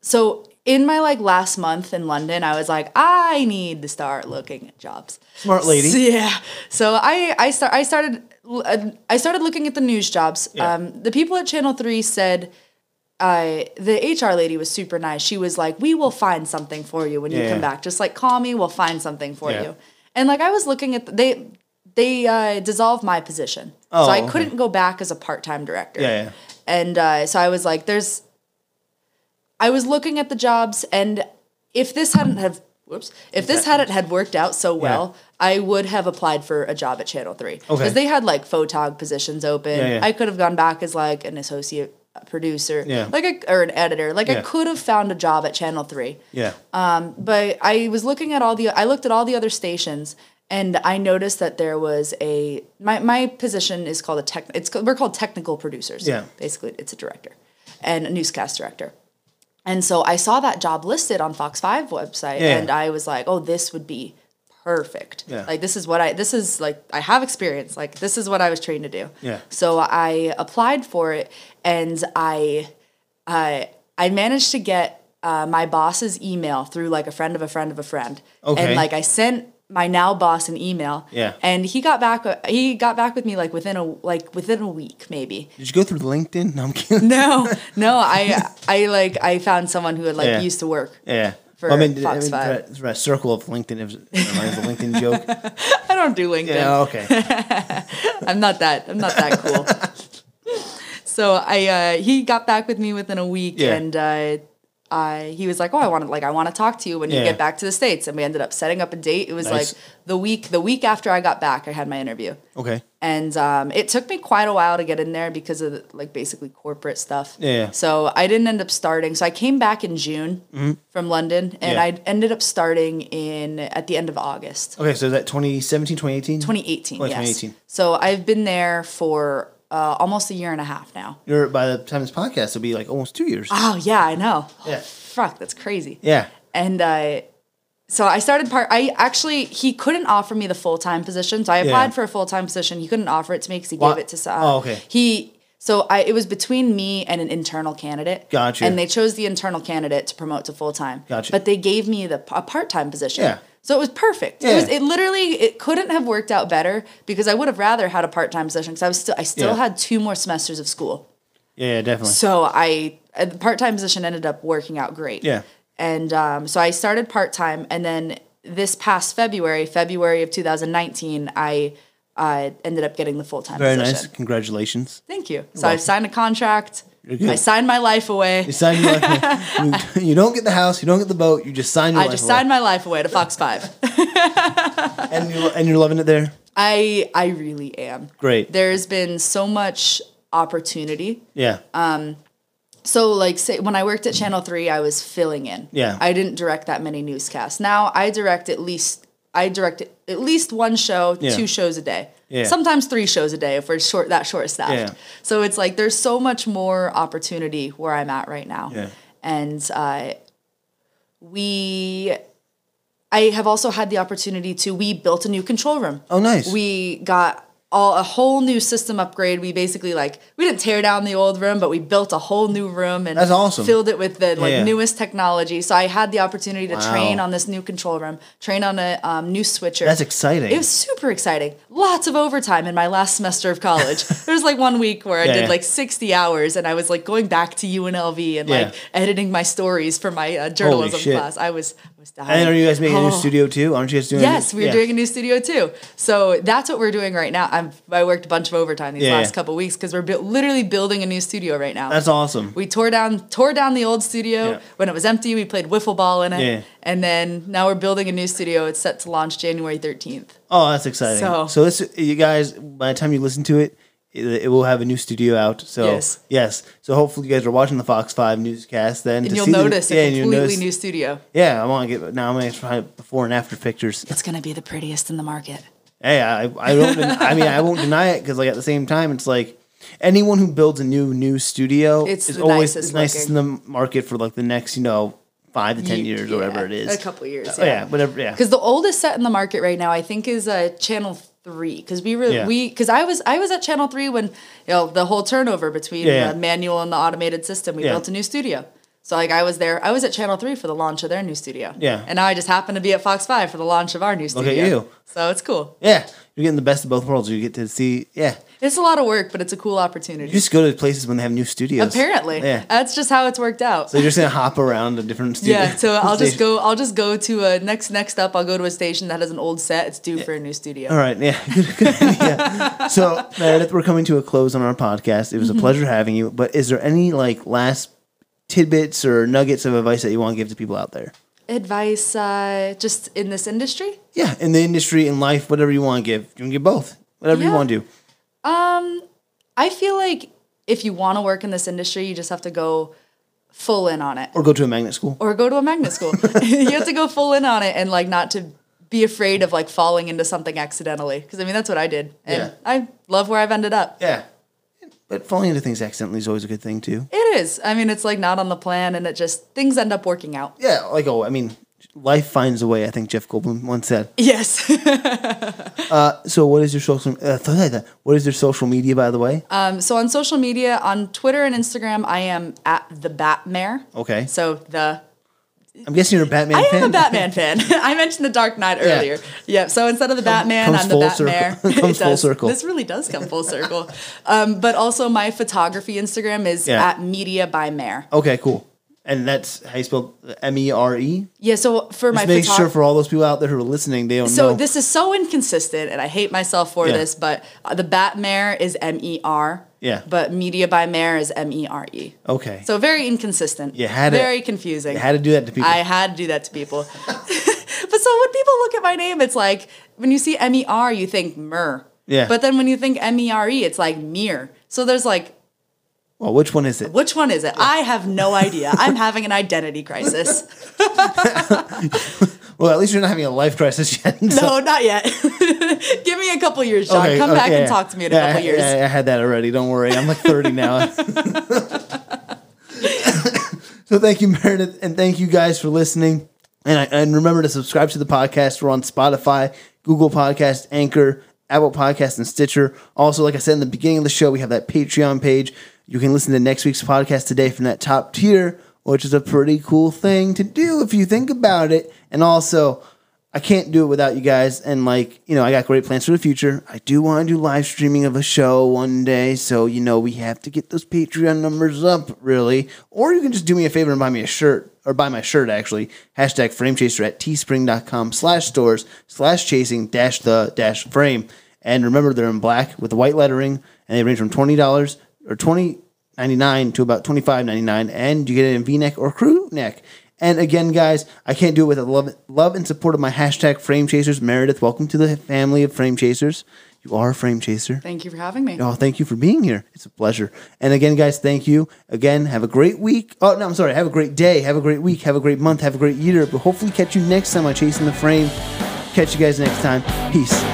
[SPEAKER 2] so in my like last month in London, I was like, I need to start looking at jobs.
[SPEAKER 1] Smart lady.
[SPEAKER 2] So, yeah. So I I start I started uh, I started looking at the news jobs.
[SPEAKER 1] Yeah.
[SPEAKER 2] Um, the people at Channel Three said. Uh, the HR lady was super nice. She was like, "We will find something for you when you
[SPEAKER 1] Yeah.
[SPEAKER 2] come back. Just like call me, we'll find something for
[SPEAKER 1] Yeah.
[SPEAKER 2] you." And like I was looking at the, they they uh, dissolved my position,
[SPEAKER 1] Oh,
[SPEAKER 2] so I
[SPEAKER 1] okay.
[SPEAKER 2] couldn't go back as a part time director.
[SPEAKER 1] Yeah, yeah.
[SPEAKER 2] And uh, so I was like, there's, I was looking at the jobs, and if this hadn't have, whoops, if this hadn't had worked out so well, I would have applied for a job at Channel Three because
[SPEAKER 1] Okay.
[SPEAKER 2] they had like photog positions open.
[SPEAKER 1] Yeah, yeah.
[SPEAKER 2] I could have gone back as like an associate producer,
[SPEAKER 1] Yeah.
[SPEAKER 2] like a, or an editor. Like
[SPEAKER 1] Yeah.
[SPEAKER 2] I could have found a job at Channel Three
[SPEAKER 1] Yeah.
[SPEAKER 2] Um, but I was looking at all the I looked at all the other stations and I noticed that there was a my my position is called a tech it's we're called technical producers.
[SPEAKER 1] Yeah.
[SPEAKER 2] Basically it's a director and a newscast director. And so I saw that job listed on Fox 5 website
[SPEAKER 1] Yeah.
[SPEAKER 2] and I was like, "Oh, this would be perfect.
[SPEAKER 1] Yeah.
[SPEAKER 2] Like this is what I this is like I have experience. Like this is what I was trained to do.
[SPEAKER 1] Yeah.
[SPEAKER 2] So I applied for it and I I I managed to get uh, my boss's email through like a friend of a friend of a friend.
[SPEAKER 1] Okay.
[SPEAKER 2] And like I sent my now boss an email.
[SPEAKER 1] Yeah.
[SPEAKER 2] And he got back uh, he got back with me like within a like within a week maybe.
[SPEAKER 1] Did you go through LinkedIn? No, I'm kidding.
[SPEAKER 2] No, no, I I like I found someone who had like
[SPEAKER 1] Yeah.
[SPEAKER 2] used to work.
[SPEAKER 1] Yeah.
[SPEAKER 2] For Fox Five.
[SPEAKER 1] for a- for a circle of LinkedIn, it was, never mind, it was a LinkedIn joke.
[SPEAKER 2] I don't do LinkedIn.
[SPEAKER 1] Yeah, okay.
[SPEAKER 2] I'm not that. I'm not that cool. so I uh, he got back with me within a week,
[SPEAKER 1] Yeah.
[SPEAKER 2] and uh, I he was like, "Oh, I want to like I want to talk to you when you
[SPEAKER 1] Yeah.
[SPEAKER 2] get back to the states." And we ended up setting up a date. It was
[SPEAKER 1] Nice.
[SPEAKER 2] like the week the week after I got back, I had my interview,
[SPEAKER 1] Okay.
[SPEAKER 2] and um, it took me quite a while to get in there because of like basically corporate stuff.
[SPEAKER 1] Yeah. Mm-hmm.
[SPEAKER 2] So I didn't end up starting. So I came back in June from London, and
[SPEAKER 1] Yeah.
[SPEAKER 2] I ended up starting in at the end of August.
[SPEAKER 1] Okay, so is that 2017, 2018?
[SPEAKER 2] 2018.
[SPEAKER 1] Oh,
[SPEAKER 2] yes.
[SPEAKER 1] 2018.
[SPEAKER 2] So I've been there for uh, almost a year and a half now.
[SPEAKER 1] You're, by the time this podcast, it'll be like almost two years.
[SPEAKER 2] Oh yeah, I know.
[SPEAKER 1] Yeah.
[SPEAKER 2] Fuck, that's crazy.
[SPEAKER 1] Yeah.
[SPEAKER 2] And uh, so I started part. I actually he couldn't offer me the full time position, so I applied for a full time position. He couldn't offer it to me because he
[SPEAKER 1] Why-
[SPEAKER 2] gave it to. so- Uh,
[SPEAKER 1] Oh, okay.
[SPEAKER 2] He. So I, it was between me and an internal candidate.
[SPEAKER 1] Gotcha.
[SPEAKER 2] And they chose the internal candidate to promote to full time.
[SPEAKER 1] Gotcha.
[SPEAKER 2] But they gave me the a part time position.
[SPEAKER 1] Yeah.
[SPEAKER 2] So it was perfect. It
[SPEAKER 1] Yeah.
[SPEAKER 2] was it literally it couldn't have worked out better because I would have rather had a part time position because I was still I still
[SPEAKER 1] Yeah.
[SPEAKER 2] had two more semesters of school.
[SPEAKER 1] Yeah, yeah, definitely.
[SPEAKER 2] So I uh, the part time position ended up working out great.
[SPEAKER 1] Yeah.
[SPEAKER 2] And um, so I started part time, and then this past February, February of 2019, I uh, ended up getting the full time
[SPEAKER 1] Very
[SPEAKER 2] position.
[SPEAKER 1] nice. Congratulations.
[SPEAKER 2] Thank you. So I signed a contract.
[SPEAKER 1] good.
[SPEAKER 2] I signed my life away.
[SPEAKER 1] You signed your life- you, you don't get the house, you don't get the boat, you just sign your
[SPEAKER 2] I
[SPEAKER 1] life
[SPEAKER 2] just
[SPEAKER 1] away.
[SPEAKER 2] signed my life away to Fox Five.
[SPEAKER 1] and, you, and you're loving it there?
[SPEAKER 2] Uh, I I really am.
[SPEAKER 1] Great.
[SPEAKER 2] There's been so much opportunity.
[SPEAKER 1] Yeah.
[SPEAKER 2] So like say when I worked at Channel 3, I was filling in.
[SPEAKER 1] Yeah.
[SPEAKER 2] I didn't direct that many newscasts. Now I direct at least I direct at least one show,
[SPEAKER 1] Yeah.
[SPEAKER 2] two shows a day.
[SPEAKER 1] Yeah.
[SPEAKER 2] Sometimes three shows a day if we're short that short staffed.
[SPEAKER 1] Yeah.
[SPEAKER 2] So it's like there's so much more opportunity where I'm at right now.
[SPEAKER 1] Yeah.
[SPEAKER 2] And uh, we I have also had the opportunity to we built a new control room.
[SPEAKER 1] oh, nice.
[SPEAKER 2] We got all a whole new system upgrade. We basically like we didn't tear down the old room, but we built a whole new room and
[SPEAKER 1] That's awesome.
[SPEAKER 2] filled it with the like
[SPEAKER 1] Yeah.
[SPEAKER 2] newest technology. So I had the opportunity to
[SPEAKER 1] Wow.
[SPEAKER 2] train on this new control room, train on a um, new switcher.
[SPEAKER 1] That's exciting.
[SPEAKER 2] It was super exciting. Lots of overtime in my last semester of college. there was like one week where I
[SPEAKER 1] Yeah,
[SPEAKER 2] did
[SPEAKER 1] yeah.
[SPEAKER 2] like 60 hours and I was like going back to UNLV and
[SPEAKER 1] Yeah.
[SPEAKER 2] like editing my stories for my uh, journalism
[SPEAKER 1] shit.
[SPEAKER 2] class. I was I was dying.
[SPEAKER 1] and are you guys making a new
[SPEAKER 2] Oh.
[SPEAKER 1] studio too? Aren't you guys doing
[SPEAKER 2] Yes, we were
[SPEAKER 1] yeah.
[SPEAKER 2] doing a new studio too. So that's what we're doing right now. I'm, I worked a bunch of overtime these
[SPEAKER 1] Yeah.
[SPEAKER 2] last couple weeks because we're bu- literally building a new studio right now.
[SPEAKER 1] That's awesome.
[SPEAKER 2] we tore down tore down the old studio
[SPEAKER 1] Yeah.
[SPEAKER 2] when it was empty. We played wiffle ball in it,
[SPEAKER 1] Yeah.
[SPEAKER 2] and then now we're building a new studio. It's set to launch January 13th.
[SPEAKER 1] Oh, that's exciting. So,
[SPEAKER 2] So-
[SPEAKER 1] this, you guys, by the time you listen to it, it, it will have a new studio out. So yes,
[SPEAKER 2] Yes.
[SPEAKER 1] So hopefully you guys are watching the Fox Five newscast then.
[SPEAKER 2] And
[SPEAKER 1] to
[SPEAKER 2] you'll
[SPEAKER 1] see the-
[SPEAKER 2] notice
[SPEAKER 1] yeah,
[SPEAKER 2] a
[SPEAKER 1] and you'll
[SPEAKER 2] completely
[SPEAKER 1] notice-
[SPEAKER 2] new studio.
[SPEAKER 1] Yeah, I want to get now. I'm gonna try before and after pictures.
[SPEAKER 2] It's gonna be the prettiest in the market.
[SPEAKER 1] Hey, I I don't. den- I mean, I won't deny it because like at the same time, it's like anyone who builds a new new studio
[SPEAKER 2] It's
[SPEAKER 1] is
[SPEAKER 2] the
[SPEAKER 1] always
[SPEAKER 2] nicest
[SPEAKER 1] in the market for like the next you know five to ten
[SPEAKER 2] You-
[SPEAKER 1] years or whatever it
[SPEAKER 2] yeah,
[SPEAKER 1] is.
[SPEAKER 2] A couple years.
[SPEAKER 1] Oh, yeah, whatever. Yeah.
[SPEAKER 2] because the oldest set in the market right now, I think, is uh, Channel Three. Because we were
[SPEAKER 1] Yeah.
[SPEAKER 2] we because I was I was at Channel Three when you know the whole turnover between
[SPEAKER 1] Yeah, yeah.
[SPEAKER 2] the manual and the automated system. We
[SPEAKER 1] Yeah.
[SPEAKER 2] built a new studio. So like I was there, I was at Channel Three for the launch of their new studio.
[SPEAKER 1] Yeah.
[SPEAKER 2] and now I just happen to be at Fox Five for the launch of our new
[SPEAKER 1] at
[SPEAKER 2] studio.
[SPEAKER 1] you.
[SPEAKER 2] So it's cool.
[SPEAKER 1] Yeah, you're getting the best of both worlds. You get to see. Yeah,
[SPEAKER 2] It's a lot of work, but it's a cool opportunity.
[SPEAKER 1] you just go to places when they have new studios.
[SPEAKER 2] Apparently,
[SPEAKER 1] Yeah.
[SPEAKER 2] that's just how it's worked out.
[SPEAKER 1] So you're just gonna hop around the different studios.
[SPEAKER 2] yeah, so I'll just go. I'll just go to a next next up. I'll go to a station that has an old set. It's due for a new studio.
[SPEAKER 1] All right, yeah, good, good idea. So Meredith, we're coming to a close on our podcast. It was a
[SPEAKER 2] Mm-hmm.
[SPEAKER 1] pleasure having you. But is there any like last tidbits or nuggets of advice that you want to give to people out there?
[SPEAKER 2] Advice, uh, just in this industry.
[SPEAKER 1] Yeah, in the industry, in life, whatever you want to give, you can give both. Whatever you
[SPEAKER 2] Yeah.
[SPEAKER 1] want to do.
[SPEAKER 2] I feel like if you want to work in this industry, you just have to go full in on it
[SPEAKER 1] Or go to a magnet school.
[SPEAKER 2] or go to a magnet school. you have to go full in on it and like not to be afraid of like falling into something accidentally. Cause I mean, that's what I did. And
[SPEAKER 1] Yeah.
[SPEAKER 2] I love where I've ended up.
[SPEAKER 1] yeah. But falling into things accidentally is always a good thing too.
[SPEAKER 2] It is. I mean, it's like not on the plan and it just things end up working out.
[SPEAKER 1] Yeah, like oh, I mean, life finds a way. I think Jeff Goldblum once said.
[SPEAKER 2] Yes.
[SPEAKER 1] So, what is your social? Uh, what is your social media, by the way?
[SPEAKER 2] Um, so on social media, on Twitter and Instagram, I am at the Batmare.
[SPEAKER 1] Okay.
[SPEAKER 2] So the
[SPEAKER 1] I'm guessing you're a Batman
[SPEAKER 2] I
[SPEAKER 1] fan.
[SPEAKER 2] am a Batman fan. I mentioned the Dark Knight earlier. Yeah. So instead of the Batman,
[SPEAKER 1] comes
[SPEAKER 2] I'm the
[SPEAKER 1] full
[SPEAKER 2] Batmare.
[SPEAKER 1] circle. Comes
[SPEAKER 2] It
[SPEAKER 1] full
[SPEAKER 2] does.
[SPEAKER 1] circle.
[SPEAKER 2] This really does come full circle. um, but also my photography Instagram is
[SPEAKER 1] Yeah.
[SPEAKER 2] at Media by Mare.
[SPEAKER 1] Okay, cool. And that's how you spell M E R E.
[SPEAKER 2] Yeah. So for my
[SPEAKER 1] Just make
[SPEAKER 2] photo-
[SPEAKER 1] sure for all those people out there who are listening, they don't
[SPEAKER 2] so
[SPEAKER 1] know.
[SPEAKER 2] this is so inconsistent, and I hate myself for
[SPEAKER 1] Yeah.
[SPEAKER 2] this. But uh, the Batmare is M E R.
[SPEAKER 1] Yeah.
[SPEAKER 2] But Media by Mare is M E R E.
[SPEAKER 1] okay.
[SPEAKER 2] So very inconsistent.
[SPEAKER 1] You had to-
[SPEAKER 2] very confusing.
[SPEAKER 1] how to do that to people?
[SPEAKER 2] I had to do that to people. but so when people look at my name, it's like when you see M E R, you think mer.
[SPEAKER 1] Yeah.
[SPEAKER 2] But then when you think M E R E, it's like mere. So there's like,
[SPEAKER 1] well, which one is it?
[SPEAKER 2] which one is it? I have no idea. I'm having an identity crisis.
[SPEAKER 1] Well, at least you're not having a life crisis yet.
[SPEAKER 2] No, not yet. Give me a couple years, John. Come back and talk to me in a couple
[SPEAKER 1] I,
[SPEAKER 2] years.
[SPEAKER 1] I, I had that already. Don't worry. I'm like 30 now. so thank you, Meredith, and thank you guys for listening. And I, and remember to subscribe to the podcast. We're on Spotify, Google Podcast, Anchor, Apple Podcast, and Stitcher. Also, like I said in the beginning of the show, we have that Patreon page. You can listen to next week's podcast today from that top tier, which is a pretty cool thing to do if you think about it. And also, I can't do it without you guys. And like, you know, I got great plans for the future. I do want to do live streaming of a show one day. So, you know, we have to get those Patreon numbers up, really. Or you can just do me a favor and buy me a shirt or buy my shirt actually. Hashtag framechaser at teespring.com slash stores slash chasing dash the dash frame. And remember they're in black with white lettering and they range from twenty dollars or twenty 99 to about 25.99 and you get it in v-neck or crew neck and again guys i can't do it without the love, love and support of my hashtag frame chasers meredith welcome to the family of frame chasers you are a frame chaser
[SPEAKER 2] Thank you for having me.
[SPEAKER 1] oh thank you for being here it's a pleasure and again guys thank you again have a great week oh no i'm sorry have a great day have a great week have a great month have a great year but hopefully catch you next time on chasing the frame catch you guys next time peace